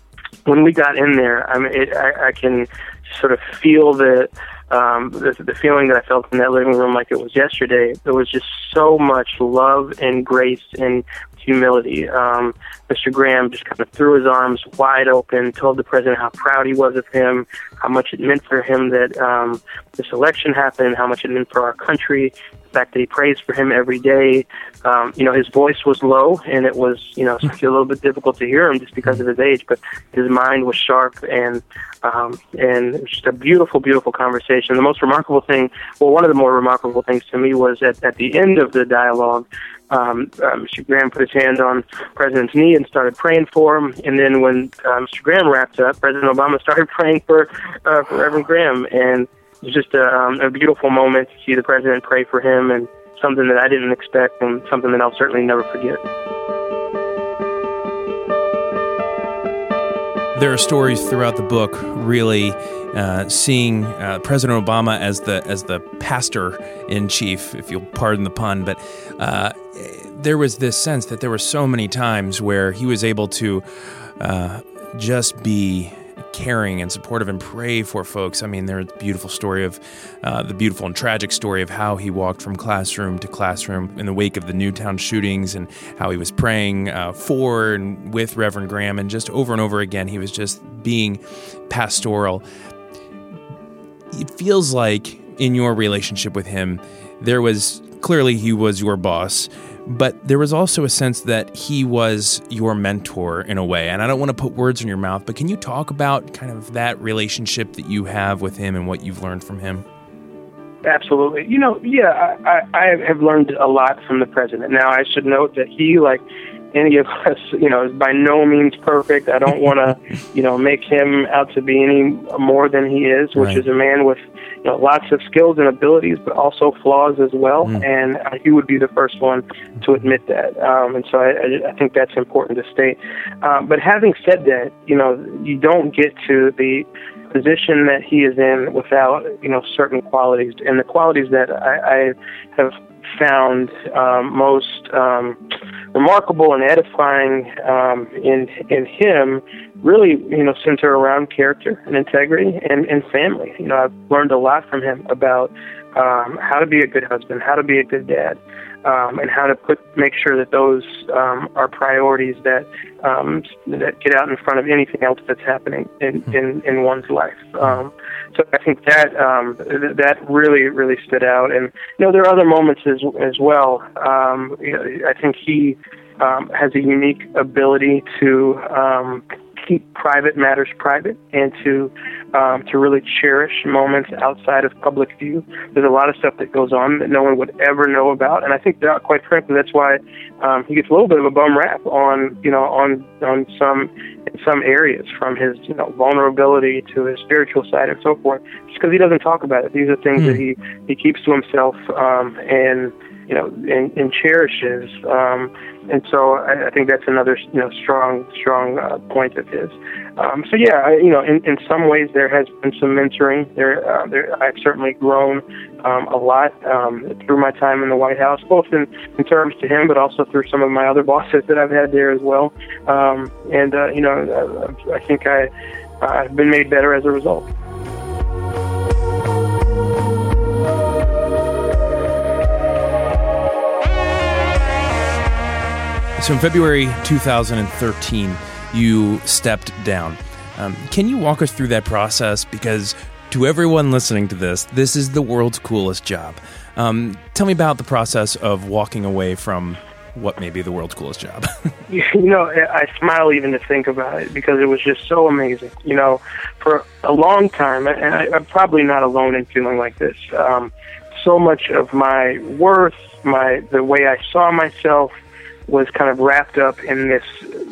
Speaker 8: when we got in there, I mean, it, I, I can sort of feel the, um, the the feeling that I felt in that living room like it was yesterday. There was just so much love and grace and humility. Um, Mr. Graham just kind of threw his arms wide open, told the president how proud he was of him, how much it meant for him that um, this election happened, how much it meant for our country, the fact that he prays for him every day. Um, you know, his voice was low, and it was you know sometimes a little bit difficult to hear him just because of his age, but his mind was sharp and um, and it was just a beautiful, beautiful conversation. The most remarkable thing, well, one of the more remarkable things to me was at at the end of the dialogue. Um, uh, Mr. Graham put his hand on President's knee and started praying for him. And then when uh, Mr. Graham wrapped up, President Obama started <laughs> praying for, uh, for Reverend Graham. And it was just a, um, a beautiful moment to see the president pray for him and something that I didn't expect and something that I'll certainly never forget.
Speaker 7: There are stories throughout the book, really uh, seeing uh, President Obama as the as the pastor in chief, if you'll pardon the pun. But uh, there was this sense that there were so many times where he was able to uh, just be caring and supportive and pray for folks. I mean, there's a beautiful story of uh, the beautiful and tragic story of how he walked from classroom to classroom in the wake of the Newtown shootings and how he was praying uh, for and with Reverend Graham. And just over and over again, he was just being pastoral. It feels like in your relationship with him, there was clearly he was your boss. But there was also a sense that he was your mentor in a way. And I don't want to put words in your mouth, but can you talk about kind of that relationship that you have with him and what you've learned from him?
Speaker 8: Absolutely. You know, yeah, I, I, I have learned a lot from the president. Now, I should note that he, like any of <laughs> us, you know, is by no means perfect. I don't want to, you know, make him out to be any more than he is, which
Speaker 7: Right.
Speaker 8: is a man with you know, lots of skills and abilities, but also flaws as well. And uh, he would be the first one to admit that. Um, and so I, I, I think that's important to state. Uh, but having said that, you know, you don't get to the position that he is in without you know certain qualities and the qualities that I, I have found um, most um, remarkable and edifying um, in in him really you know center around character and integrity and, and family you know I've learned a lot from him about um, how to be a good husband how to be a good dad um, and how to put make sure that those um, are priorities that um, that get out in front of anything else that's happening in in, in one's life. Um, so I think that um, th- that really really stood out, and you know there are other moments as as well. Um, you know, I think he um, has a unique ability to. Um, keep private matters private and to um, to really cherish moments outside of public view. There's a lot of stuff that goes on that no one would ever know about, and I think that, quite frankly, that's why um, he gets a little bit of a bum rap on you know on on some in some areas from his you know vulnerability to his spiritual side and so forth, just because he doesn't talk about it. These are things that he he keeps to himself um, and you know, and, and cherishes. Um, and so I, I think that's another, you know, strong, strong uh, point of his. Um, so yeah, I, you know, in, in some ways there has been some mentoring. There, uh, there I've certainly grown um, a lot um, through my time in the White House, both in, in terms to him, but also through some of my other <laughs> bosses that I've had there as well. Um, and uh, you know, I, I think I, I've been made better as a result.
Speaker 7: So in February 2013, you stepped down. Um, can you walk us through that process? Because to everyone listening to this, this is the world's coolest job. Um, tell me about the process of walking away from what may be the world's coolest job. <laughs>
Speaker 8: <laughs> you know, I I smile even to think about it because it was just so amazing. You know, for a long time, and I, I'm probably not alone in feeling like this. Um, so much of my worth, my the way I saw myself, was kind of wrapped up in this,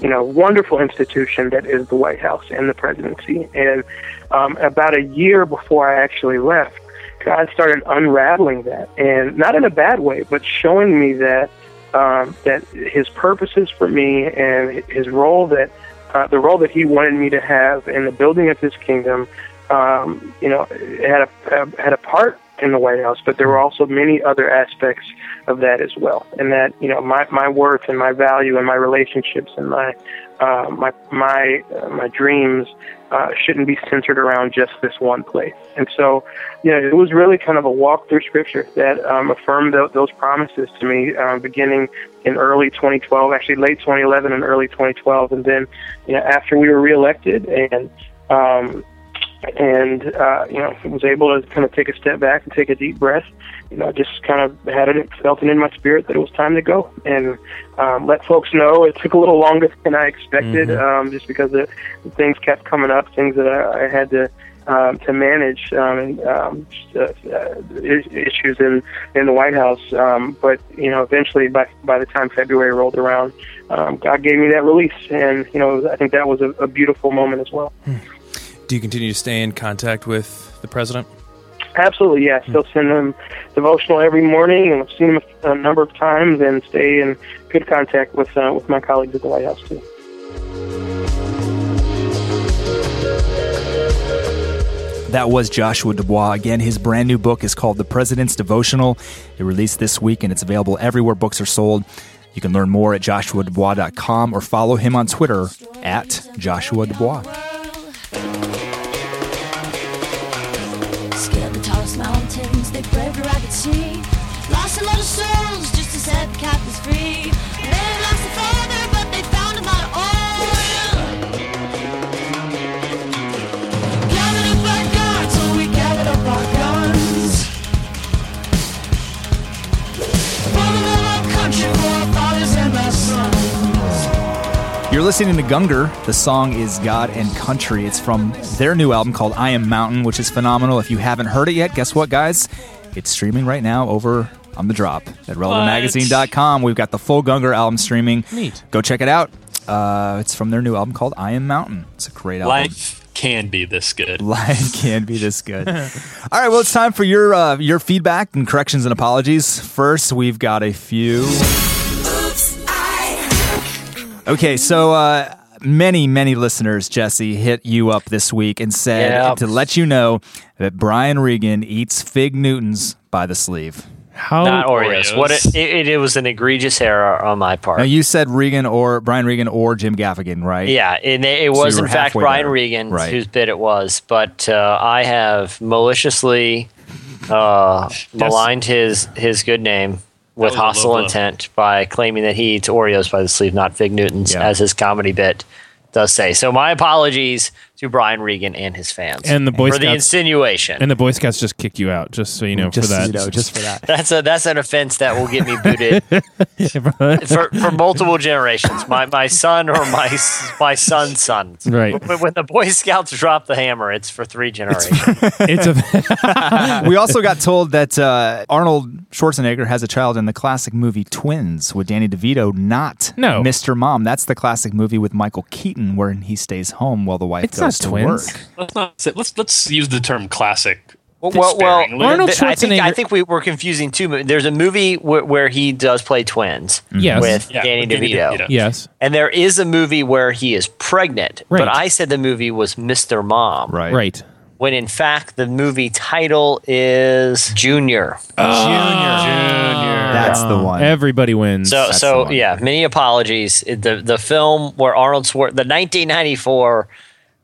Speaker 8: you know, wonderful institution that is the White House and the presidency. And um, about a year before I actually left, God started unraveling that, and not in a bad way, but showing me that um, that his purposes for me and his role that uh, the role that he wanted me to have in the building of his kingdom, um, you know, had a uh, had a part in the White House, but there were also many other aspects of that as well, and that you know my my worth and my value and my relationships and my uh, my my uh, my dreams uh, shouldn't be centered around just this one place. And so, you know, it was really kind of a walk through Scripture that um, affirmed th- those promises to me, uh, beginning in early 2012, actually late 2011 and early 2012, and then you know after we were reelected and um, and uh, you know was able to kind of take a step back and take a deep breath. You know, I just kind of had it felt it in my spirit that it was time to go and um, let folks know. It took a little longer than I expected, um, just because the, the things kept coming up, things that I, I had to. Um, to manage um, and, um, just, uh, uh, is- issues in, in the White House, um, but you know, eventually by by the time February rolled around, um, God gave me that release, and you know, I think that was a, a beautiful moment as well.
Speaker 7: Do you continue to stay in contact with the president?
Speaker 8: Absolutely, yeah. Still send them devotional every morning, and I've seen them a, a number of times, and stay in good contact with uh, with my colleagues at the White House too.
Speaker 1: That was Joshua Dubois. Again, his brand new book is called The President's Devotional. It released this week and it's available everywhere books are sold. You can learn more at joshuadubois.com or follow him on Twitter at Joshua Dubois.
Speaker 2: Scaled the tallest mountains, they braved the rugged sea. Lost a lot of souls just to set the captives free. They lost a father, but they found a lot of oil. Gathered up our guns, so we gathered up our guns. Fallen on our country for our fathers and our sons.
Speaker 1: You're listening to Gunger. The song is God and Country. It's from their new album called I Am Mountain, which is phenomenal. If you haven't heard it yet, guess what, guys? It's streaming right now over on The Drop at relevantmagazine.com. We've got the full Gunger album streaming.
Speaker 3: Neat.
Speaker 1: Go check it out. Uh, it's from their new album called I Am Mountain. It's a great album.
Speaker 4: Life can be this
Speaker 1: <laughs>
Speaker 4: good.
Speaker 1: Life can be this
Speaker 5: <laughs>
Speaker 1: good. All right, well, it's time for your uh, your feedback and corrections and apologies. First, we've got a few. Okay, so uh, many many listeners, Jesse, hit you up this week and said
Speaker 5: Yeah.
Speaker 1: to let you know that Brian Regan eats fig Newtons by the sleeve.
Speaker 3: How
Speaker 5: Not Oreos.
Speaker 4: Oreos.
Speaker 5: What it, it, it was an egregious error on my part.
Speaker 1: Now you said Regan or Brian Regan or Jim Gaffigan, right?
Speaker 5: Yeah, and it, it
Speaker 1: So
Speaker 5: was
Speaker 1: you were
Speaker 5: in fact
Speaker 1: halfway
Speaker 5: Brian
Speaker 1: there.
Speaker 5: Regan
Speaker 1: Right.
Speaker 5: whose bit it was, but uh, I have maliciously uh, maligned his his good name with
Speaker 4: was a low
Speaker 5: hostile
Speaker 4: blow.
Speaker 5: intent by claiming that he eats Oreos by the sleeve, not Fig Newtons,
Speaker 1: Yeah.
Speaker 5: as his comedy bit does say. So my apologies to Brian Regan and his fans
Speaker 3: And the Boy
Speaker 5: for the
Speaker 3: Scouts.
Speaker 5: insinuation.
Speaker 3: And the Boy Scouts just kick you out, just so you know,
Speaker 1: Just
Speaker 3: for that.
Speaker 1: you know,
Speaker 3: <laughs>
Speaker 1: just for that.
Speaker 5: that's a that's an offense that will get me
Speaker 1: <laughs>
Speaker 5: booted for, for multiple generations. My my son or my s- my son's son.
Speaker 3: Right.
Speaker 5: But when the Boy Scouts drop the hammer, it's for three generations.
Speaker 3: It's a <laughs>
Speaker 1: we also got told that uh, Arnold Schwarzenegger has a child in the classic movie Twins with Danny DeVito, not
Speaker 3: No.
Speaker 1: Mr. Mom. That's the classic movie with Michael Keaton where he stays home while the wife
Speaker 3: It's
Speaker 1: goes
Speaker 3: not
Speaker 1: to
Speaker 3: Twins.
Speaker 1: work.
Speaker 4: Let's not. Say, let's let's use the term classic.
Speaker 5: Well, well, well,
Speaker 4: sparingly.
Speaker 3: Arnold
Speaker 5: I think, I
Speaker 3: Schwarzenegger-
Speaker 5: think we were confusing two. mo- There's a movie where, where he does play twins
Speaker 3: yes.
Speaker 5: with
Speaker 4: Yeah,
Speaker 5: Danny
Speaker 4: with Danny
Speaker 5: DeVito.
Speaker 4: DeVito.
Speaker 3: yes.
Speaker 5: And there is a movie where he is pregnant,
Speaker 3: Right.
Speaker 5: but I said the movie was Mr. Mom,
Speaker 1: Right.
Speaker 3: Right.
Speaker 5: when in fact the movie title is Junior.
Speaker 1: That's
Speaker 3: Um,
Speaker 1: the one.
Speaker 3: Everybody wins.
Speaker 5: So,
Speaker 1: That's the
Speaker 5: so
Speaker 1: one.
Speaker 5: yeah, many apologies. It- The the film where Arnold Schwar the 1994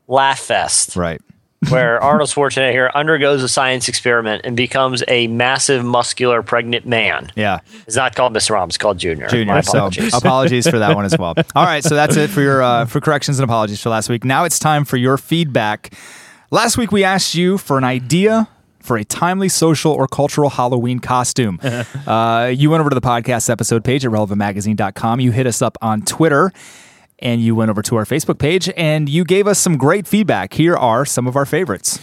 Speaker 5: Laugh Fest,
Speaker 1: right.
Speaker 5: where <laughs> Arnold Schwarzenegger undergoes a science experiment and becomes a massive, muscular, pregnant man.
Speaker 1: Yeah.
Speaker 5: It's not called Mr. Rom. It's called Junior. My
Speaker 1: Junior. um, So
Speaker 5: apologies.
Speaker 1: apologies for that one as well. All right. So that's it for your uh, for corrections and apologies for last week. Now it's time for your feedback. Last week we asked you for an idea for a timely social or cultural Halloween costume. uh, you went over to the podcast episode page at relevantmagazine.com. You hit us up on Twitter. And you went over to our Facebook page and you gave us some great feedback. Here are some of our favorites.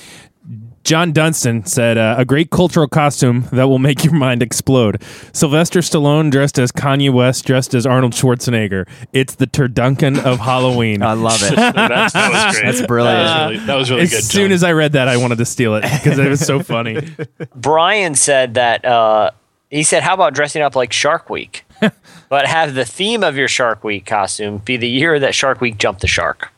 Speaker 3: John Dunstan said, uh, "A great cultural costume that will make your mind explode." Sylvester Stallone dressed as Kanye West, dressed as Arnold Schwarzenegger. It's the Turduncan of Halloween.
Speaker 1: I love it.
Speaker 4: <laughs> So that's, that was
Speaker 1: <laughs>
Speaker 4: great. That's
Speaker 1: brilliant.
Speaker 4: That was really, that was really
Speaker 3: as
Speaker 4: good.
Speaker 3: soon
Speaker 4: John.
Speaker 3: as I read that, I wanted to steal it because it was so
Speaker 1: <laughs>
Speaker 3: funny.
Speaker 1: <laughs>
Speaker 5: Brian said that uh, he said, "How about dressing up like Shark Week?" but have the theme of your Shark Week costume be the year that Shark Week jumped the shark.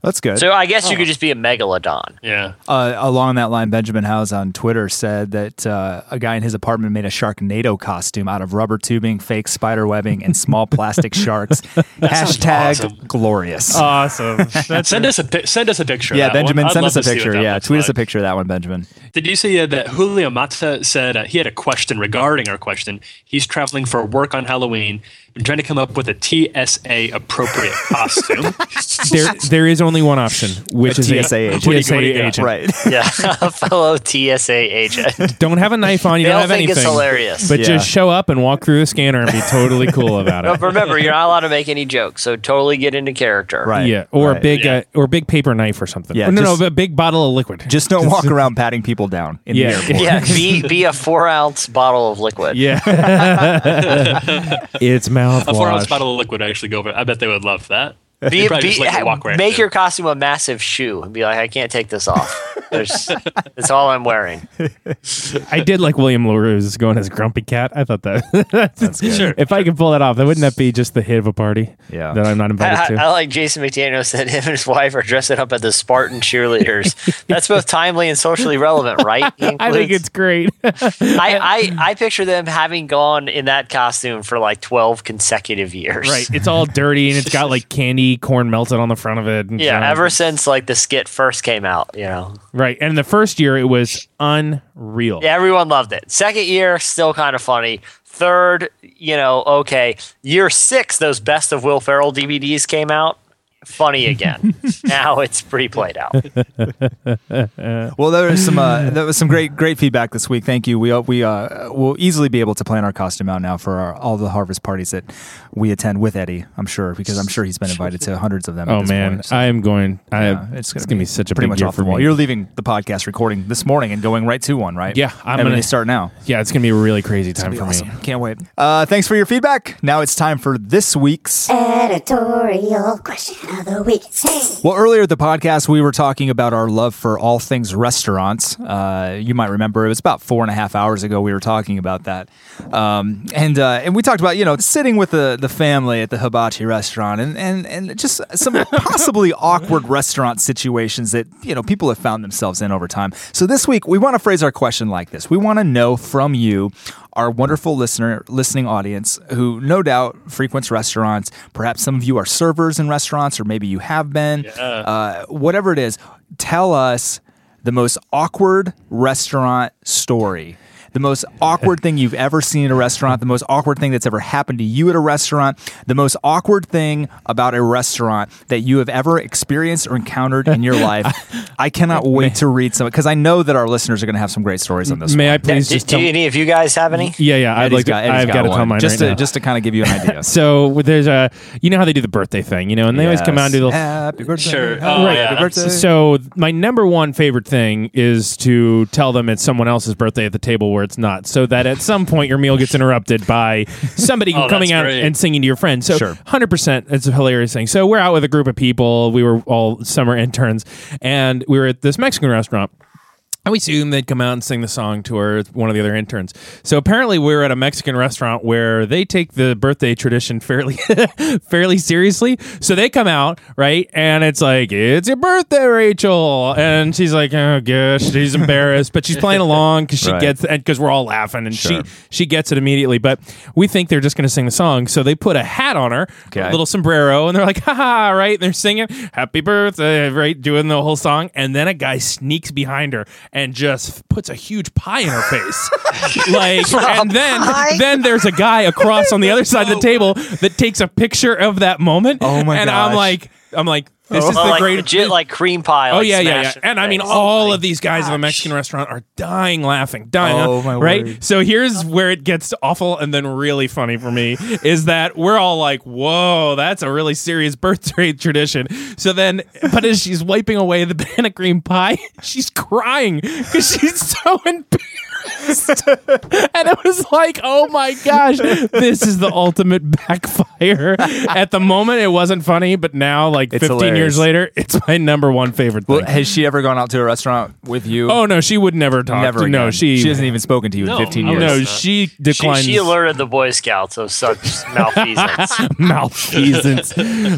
Speaker 1: That's good.
Speaker 5: So I guess you could just be a megalodon.
Speaker 4: Yeah.
Speaker 1: uh, along that line, Benjamin Howes on Twitter said that uh, a guy in his apartment made a Sharknado costume out of rubber tubing, fake spider webbing, and small plastic
Speaker 4: <laughs>
Speaker 1: sharks. Hashtag
Speaker 4: awesome.
Speaker 1: glorious.
Speaker 9: Awesome. That's
Speaker 4: Send us a pi- send us a picture. of
Speaker 1: yeah,
Speaker 4: that one.
Speaker 1: Benjamin,
Speaker 4: I'd
Speaker 1: send
Speaker 4: love
Speaker 1: us a
Speaker 4: to see what
Speaker 1: picture.
Speaker 4: that
Speaker 1: Yeah,
Speaker 4: looks
Speaker 1: tweet us a
Speaker 4: like.
Speaker 1: picture of that one, Benjamin.
Speaker 4: Did you see uh, that Julio Mata said uh, he had a question regarding our question? He's traveling for work on Halloween and trying to come up with a
Speaker 1: <laughs>
Speaker 4: TSA appropriate costume.
Speaker 3: There, there is only one option, which
Speaker 1: A
Speaker 3: is
Speaker 1: TSA agent.
Speaker 3: A,
Speaker 1: What
Speaker 3: TSA
Speaker 4: do you got?
Speaker 3: agent.
Speaker 1: Right.
Speaker 5: Yeah, <laughs> a fellow TSA agent.
Speaker 3: Don't have a knife on you.
Speaker 5: They
Speaker 3: don't
Speaker 5: all
Speaker 3: have
Speaker 5: think
Speaker 3: anything.
Speaker 5: it's hilarious.
Speaker 3: But
Speaker 1: Yeah.
Speaker 3: just show up and walk through the scanner and be totally cool
Speaker 5: <laughs>
Speaker 3: about
Speaker 5: But
Speaker 3: it.
Speaker 5: remember, you're not allowed to make any jokes, so totally get into character.
Speaker 1: Right.
Speaker 3: Yeah, or a
Speaker 1: right.
Speaker 4: <laughs>
Speaker 3: big,
Speaker 4: Yeah.
Speaker 3: Uh, or a big paper knife or something.
Speaker 1: Yeah,
Speaker 3: Oh, no,
Speaker 1: just-
Speaker 3: no, a big bottle of liquid.
Speaker 1: Just don't walk around patting people down in the
Speaker 4: <laughs>
Speaker 3: yeah,
Speaker 1: airport.
Speaker 5: Yeah, be be a four ounce bottle of liquid.
Speaker 3: yeah. it's mouthwash.
Speaker 4: a four ounce bottle of liquid actually go over. I bet they would love
Speaker 1: <laughs>
Speaker 4: that.
Speaker 5: Be,
Speaker 4: They'd probably
Speaker 5: be-
Speaker 4: just let you walk right
Speaker 5: make
Speaker 4: through.
Speaker 5: your costume a massive shoe and be like, I can't take this off. There's, it's all I'm wearing.
Speaker 3: I did like William LaRue's going as Grumpy Cat. I thought that. <laughs> That's good. If I could pull that off, then wouldn't that be just the hit of a party?
Speaker 1: Yeah.
Speaker 3: That I'm not
Speaker 5: I,
Speaker 3: invited
Speaker 5: I,
Speaker 3: to.
Speaker 5: I like Jason McDaniel said him and his wife are dressing up as the Spartan cheerleaders. That's both timely and socially relevant, right? He
Speaker 3: I think
Speaker 5: includes-
Speaker 3: it's great. <laughs>
Speaker 5: I, I, I picture them having gone in that costume for like 12 consecutive years.
Speaker 3: Right. It's all dirty and it's got like candy corn melted on the front of it. and
Speaker 5: Yeah,
Speaker 3: jam.
Speaker 5: ever since like the skit first came out, you know,
Speaker 3: Right. And the first year it was unreal.
Speaker 5: Yeah, everyone loved it. Second year, still kind of funny. Third, you know, okay. Year six, those best of Will Ferrell DVDs came out. Funny again. now it's pretty played out.
Speaker 1: Well, there was some
Speaker 3: <sighs>
Speaker 1: uh, there was some great great feedback this week. Thank you. We uh, we uh, will easily be able to plan our costume out now for our, all the harvest parties that we attend with Eddie. I'm sure because I'm sure he's been invited to hundreds of them. at
Speaker 3: Oh
Speaker 1: this
Speaker 3: man,
Speaker 1: point. So, uh,
Speaker 3: I am going. I
Speaker 1: yeah,
Speaker 3: it's, gonna, be, such a
Speaker 1: pretty
Speaker 3: big
Speaker 1: much
Speaker 3: year
Speaker 1: off
Speaker 3: for
Speaker 1: the wall.
Speaker 3: me.
Speaker 1: You're leaving the podcast recording this morning and going right to one, right?
Speaker 3: Yeah, I'm
Speaker 1: and we
Speaker 3: gonna-
Speaker 1: need to start now.
Speaker 3: yeah, it's gonna be a really crazy time for me.
Speaker 1: Can't wait. Uh, thanks for your feedback. Now it's time for this week's
Speaker 10: Editorial question of the week. Hey,
Speaker 1: Well, earlier at the podcast, we were talking about our love for all things restaurants. Uh, you might remember it was about four and a half hours ago we were talking about that, um, and uh, and we talked about you know sitting with the, the family at the hibachi restaurant and and and just some possibly awkward restaurant situations that you know people have found themselves in over time. So this week we want to phrase our question like this: We want to know from you. Our wonderful listener, listening audience, who no doubt frequents restaurants. Perhaps some of you are servers in restaurants, or maybe you have been uh, whatever it is, tell us the most awkward restaurant story. The
Speaker 3: <laughs>
Speaker 1: most awkward thing you've ever seen at a restaurant, the most awkward thing that's ever happened to you at a restaurant, the most awkward thing about a restaurant that you have ever experienced or encountered in
Speaker 3: <laughs>
Speaker 1: your life. I cannot wait to read some because I know that our listeners are going to have some great stories on this.
Speaker 3: May
Speaker 1: one.
Speaker 3: I please
Speaker 5: Do,
Speaker 3: just
Speaker 5: do
Speaker 3: tell?
Speaker 5: any of you guys have any?
Speaker 3: yeah, yeah. I'd
Speaker 1: Eddie's
Speaker 3: like. To,
Speaker 1: got- Eddie's
Speaker 3: I've got to
Speaker 1: one.
Speaker 3: tell mine
Speaker 1: just
Speaker 3: right
Speaker 1: to
Speaker 3: now.
Speaker 1: just to kind of give you an
Speaker 3: <laughs>
Speaker 1: idea.
Speaker 3: so there's a. You know how they do the birthday thing, you know, and they always come out and do the.
Speaker 1: happy birthday.
Speaker 4: Sure.
Speaker 1: happy
Speaker 4: Oh, yeah.
Speaker 1: birthday.
Speaker 3: So my number one favorite thing is to tell them it's someone else's birthday at the table where it's not, so that at some point your meal gets interrupted by somebody
Speaker 4: Oh,
Speaker 3: coming
Speaker 4: that's
Speaker 3: out
Speaker 4: great.
Speaker 3: and singing to your friend. So
Speaker 1: Sure.
Speaker 3: hundred percent, it's a hilarious thing. So we're out with a group of people. We were all summer interns, and we were at this Mexican restaurant. I would assume they'd come out and sing the song to her, one of the other interns. So apparently, we were at a Mexican restaurant where they take the birthday tradition fairly, <laughs> fairly seriously. So they come out right, and it's like, "It's your birthday, Rachel," and she's like, "Oh gosh,"
Speaker 1: <laughs>
Speaker 3: she's embarrassed, but she's playing along because she
Speaker 1: Right.
Speaker 3: gets and because we're all laughing, and
Speaker 1: Sure.
Speaker 3: she she gets it immediately. But we think they're just going to sing the song, so they put a hat on her,
Speaker 1: Okay.
Speaker 3: a little sombrero, and they're like, <laughs> "Ha ha!" Right? And they're singing "Happy Birthday," right? Doing the whole song, and then a guy sneaks behind her and just puts a huge pie in
Speaker 1: <laughs>
Speaker 3: her face, like. And then then there's a guy across on the
Speaker 1: <laughs>
Speaker 3: other side of the table that takes a picture of that moment.
Speaker 1: Oh my
Speaker 3: And I'm
Speaker 1: gosh.
Speaker 3: like, I'm like, this is
Speaker 5: Oh,
Speaker 3: the
Speaker 5: like
Speaker 3: greatest.
Speaker 5: legit, like cream pie.
Speaker 3: Oh
Speaker 5: like,
Speaker 3: yeah, yeah, yeah.
Speaker 5: smashed in
Speaker 3: And I mean,
Speaker 1: Oh
Speaker 5: face.
Speaker 3: all of these guys in a Mexican restaurant are dying laughing, dying.
Speaker 1: Oh,
Speaker 3: laugh-
Speaker 1: my
Speaker 3: right.
Speaker 1: word.
Speaker 3: So here's where it gets awful and then really funny for me is that we're all like, "Whoa, that's a really serious birthday <laughs> tradition." So then, but as <laughs> she's wiping away the banana cream pie, she's crying because she's <laughs> so embarrassed. and it was like, oh my gosh, this is the ultimate backfire. At the moment, it wasn't funny, but now, like
Speaker 1: It's
Speaker 3: 15
Speaker 1: hilarious.
Speaker 3: years later, it's my number one favorite thing.
Speaker 1: Well, has she ever gone out to a restaurant with you?
Speaker 3: oh no, she would never talk.
Speaker 1: never.
Speaker 3: to-
Speaker 1: Again.
Speaker 3: No, she
Speaker 1: she hasn't even spoken to you
Speaker 4: No,
Speaker 1: in 15
Speaker 4: I
Speaker 1: years.
Speaker 4: wouldn't.
Speaker 3: No,
Speaker 4: Yes.
Speaker 3: she
Speaker 5: She,
Speaker 3: declines
Speaker 5: she alerted the Boy Scouts of such malfeasance.
Speaker 3: <laughs>
Speaker 1: <laughs>
Speaker 3: malfeasance.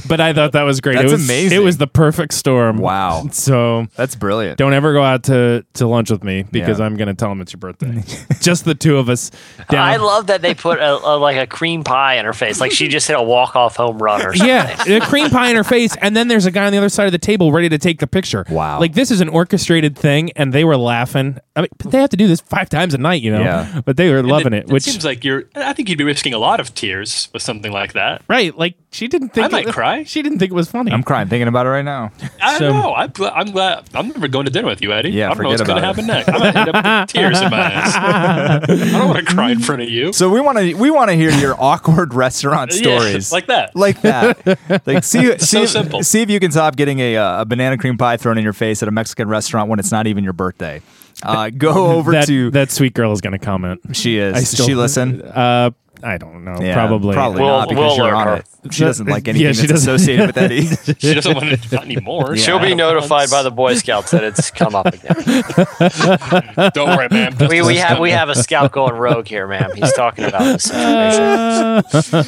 Speaker 3: but I thought that was great.
Speaker 1: That's
Speaker 3: it was,
Speaker 1: amazing.
Speaker 3: It was the perfect storm.
Speaker 1: Wow.
Speaker 3: So
Speaker 1: That's brilliant.
Speaker 3: don't ever go out to, to lunch with me because
Speaker 1: Yeah.
Speaker 3: I'm going to tell them it's your
Speaker 1: <laughs>
Speaker 3: birthday. Just the two of us. <laughs> Down.
Speaker 5: I love that they put a, a, like a cream pie in her face, like she just hit a walk off home run or
Speaker 3: <laughs>
Speaker 5: something.
Speaker 3: Yeah, the cream pie in her face, and then there's a guy on the other side of the table ready to take the picture.
Speaker 1: Wow.
Speaker 3: Like this is an orchestrated thing, and they were laughing. I mean, but they have to do this five times a night, you know.
Speaker 1: Yeah.
Speaker 3: But they were loving it,
Speaker 4: it
Speaker 3: which
Speaker 4: seems like you're. I think you'd be risking a lot of tears with something like that.
Speaker 3: right, like she didn't think
Speaker 4: I might
Speaker 3: it,
Speaker 4: cry.
Speaker 3: She didn't think it was funny.
Speaker 1: I'm crying thinking about it right now.
Speaker 4: I
Speaker 3: So-
Speaker 4: don't know. I'm glad. I'm glad. I'm never going to dinner with you, Eddie.
Speaker 1: Yeah,
Speaker 4: I don't know
Speaker 1: forget
Speaker 4: what's going to
Speaker 1: about
Speaker 4: happen next. I might end
Speaker 3: <laughs>
Speaker 4: up with tears in my eyes. I don't want to cry in front of you.
Speaker 1: So we want to we want to hear
Speaker 3: <laughs>
Speaker 1: your awkward restaurant
Speaker 4: Yeah,
Speaker 1: stories
Speaker 4: <laughs> like that.
Speaker 1: like that. Like
Speaker 4: <laughs>
Speaker 1: see see, if-
Speaker 4: simple.
Speaker 1: see if you can stop getting a, uh, a banana cream pie thrown in your face at a Mexican restaurant when it's not even your birthday. Uh,
Speaker 3: <laughs>
Speaker 1: go over
Speaker 3: that,
Speaker 1: to
Speaker 3: that sweet girl is going to comment.
Speaker 1: she is
Speaker 3: I
Speaker 1: Does
Speaker 3: still-
Speaker 1: she listen
Speaker 3: Uh, I don't know.
Speaker 1: Yeah,
Speaker 3: probably.
Speaker 1: probably
Speaker 5: We'll-
Speaker 1: not because
Speaker 5: we'll
Speaker 1: you're
Speaker 5: alert
Speaker 1: on
Speaker 5: her.
Speaker 1: it. She doesn't like
Speaker 3: Yeah,
Speaker 1: anything
Speaker 3: she
Speaker 1: that's
Speaker 3: doesn't-
Speaker 1: associated with that
Speaker 3: <laughs>
Speaker 1: either.
Speaker 4: She doesn't want it not anymore.
Speaker 1: Yeah.
Speaker 5: She'll be notified by the Boy Scouts that it's come <laughs> up again.
Speaker 4: Don't worry, man.
Speaker 5: We, we have we have a scout going rogue here, ma'am. He's talking about this situation.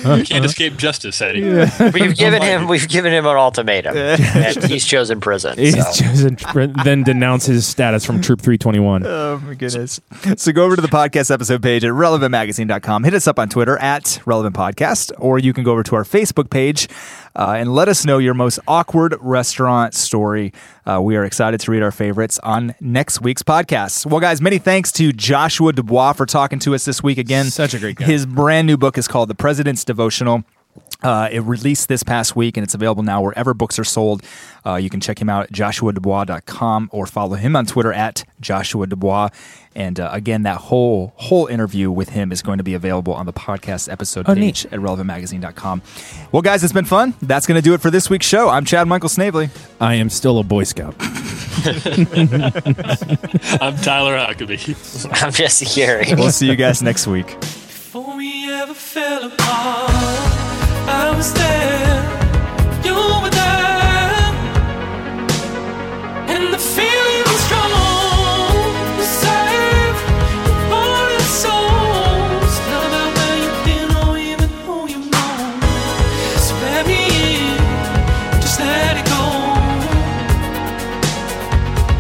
Speaker 3: Uh,
Speaker 4: You can't escape justice, Eddie.
Speaker 5: We've given him we've given him an ultimatum, and he's chosen prison.
Speaker 3: He's
Speaker 5: so.
Speaker 3: chosen to then denounce his status from Troop 321.
Speaker 1: <laughs> Oh
Speaker 3: <laughs>
Speaker 1: my goodness. So go over to the podcast episode page at relevantmagazine.com. Hit us up on Twitter at Relevant Podcast, or you can go over to our Facebook page uh, and let us know your most awkward restaurant story. Uh, we are excited to read our favorites on next week's podcast. Well, guys, many thanks to Joshua Dubois for talking to us this week again.
Speaker 3: Such a great guy.
Speaker 1: His brand new book is called The President's Devotional. Uh, it released this past week and it's available now wherever books are sold. Uh, you can check him out at joshuadubois.com or follow him on Twitter at Joshua Dubois. And uh, again, that whole whole interview with him is going to be available on the podcast episode
Speaker 3: Oh, neat.
Speaker 1: page at relevantmagazine.com. Well, guys, it's been fun. That's going to do it for this week's show. I'm Chad Michael Snavely.
Speaker 3: I am still a Boy Scout.
Speaker 4: I'm Tyler Huckabee.
Speaker 5: I'm Jesse Gary.
Speaker 1: We'll see you guys next week.
Speaker 6: Before we ever fell apart, I was there, you were there, and the feeling was strong. You saved your heart and soul. It's not about where you've been or even who you know. So let me in, just let it go.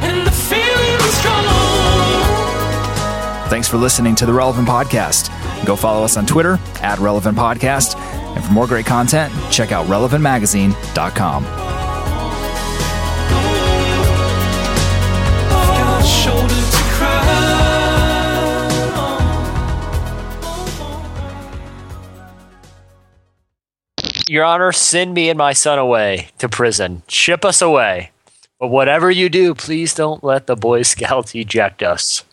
Speaker 6: And the feeling was strong.
Speaker 1: Thanks for listening to the Relevant Podcast. Go follow us on Twitter at Relevant Podcast. And for more great content, check out relevantmagazine.com.
Speaker 6: Got a shoulder to cry on.
Speaker 5: Your Honor, send me and my son away to prison. Ship us away. But whatever you do, please don't let the Boy Scouts eject us.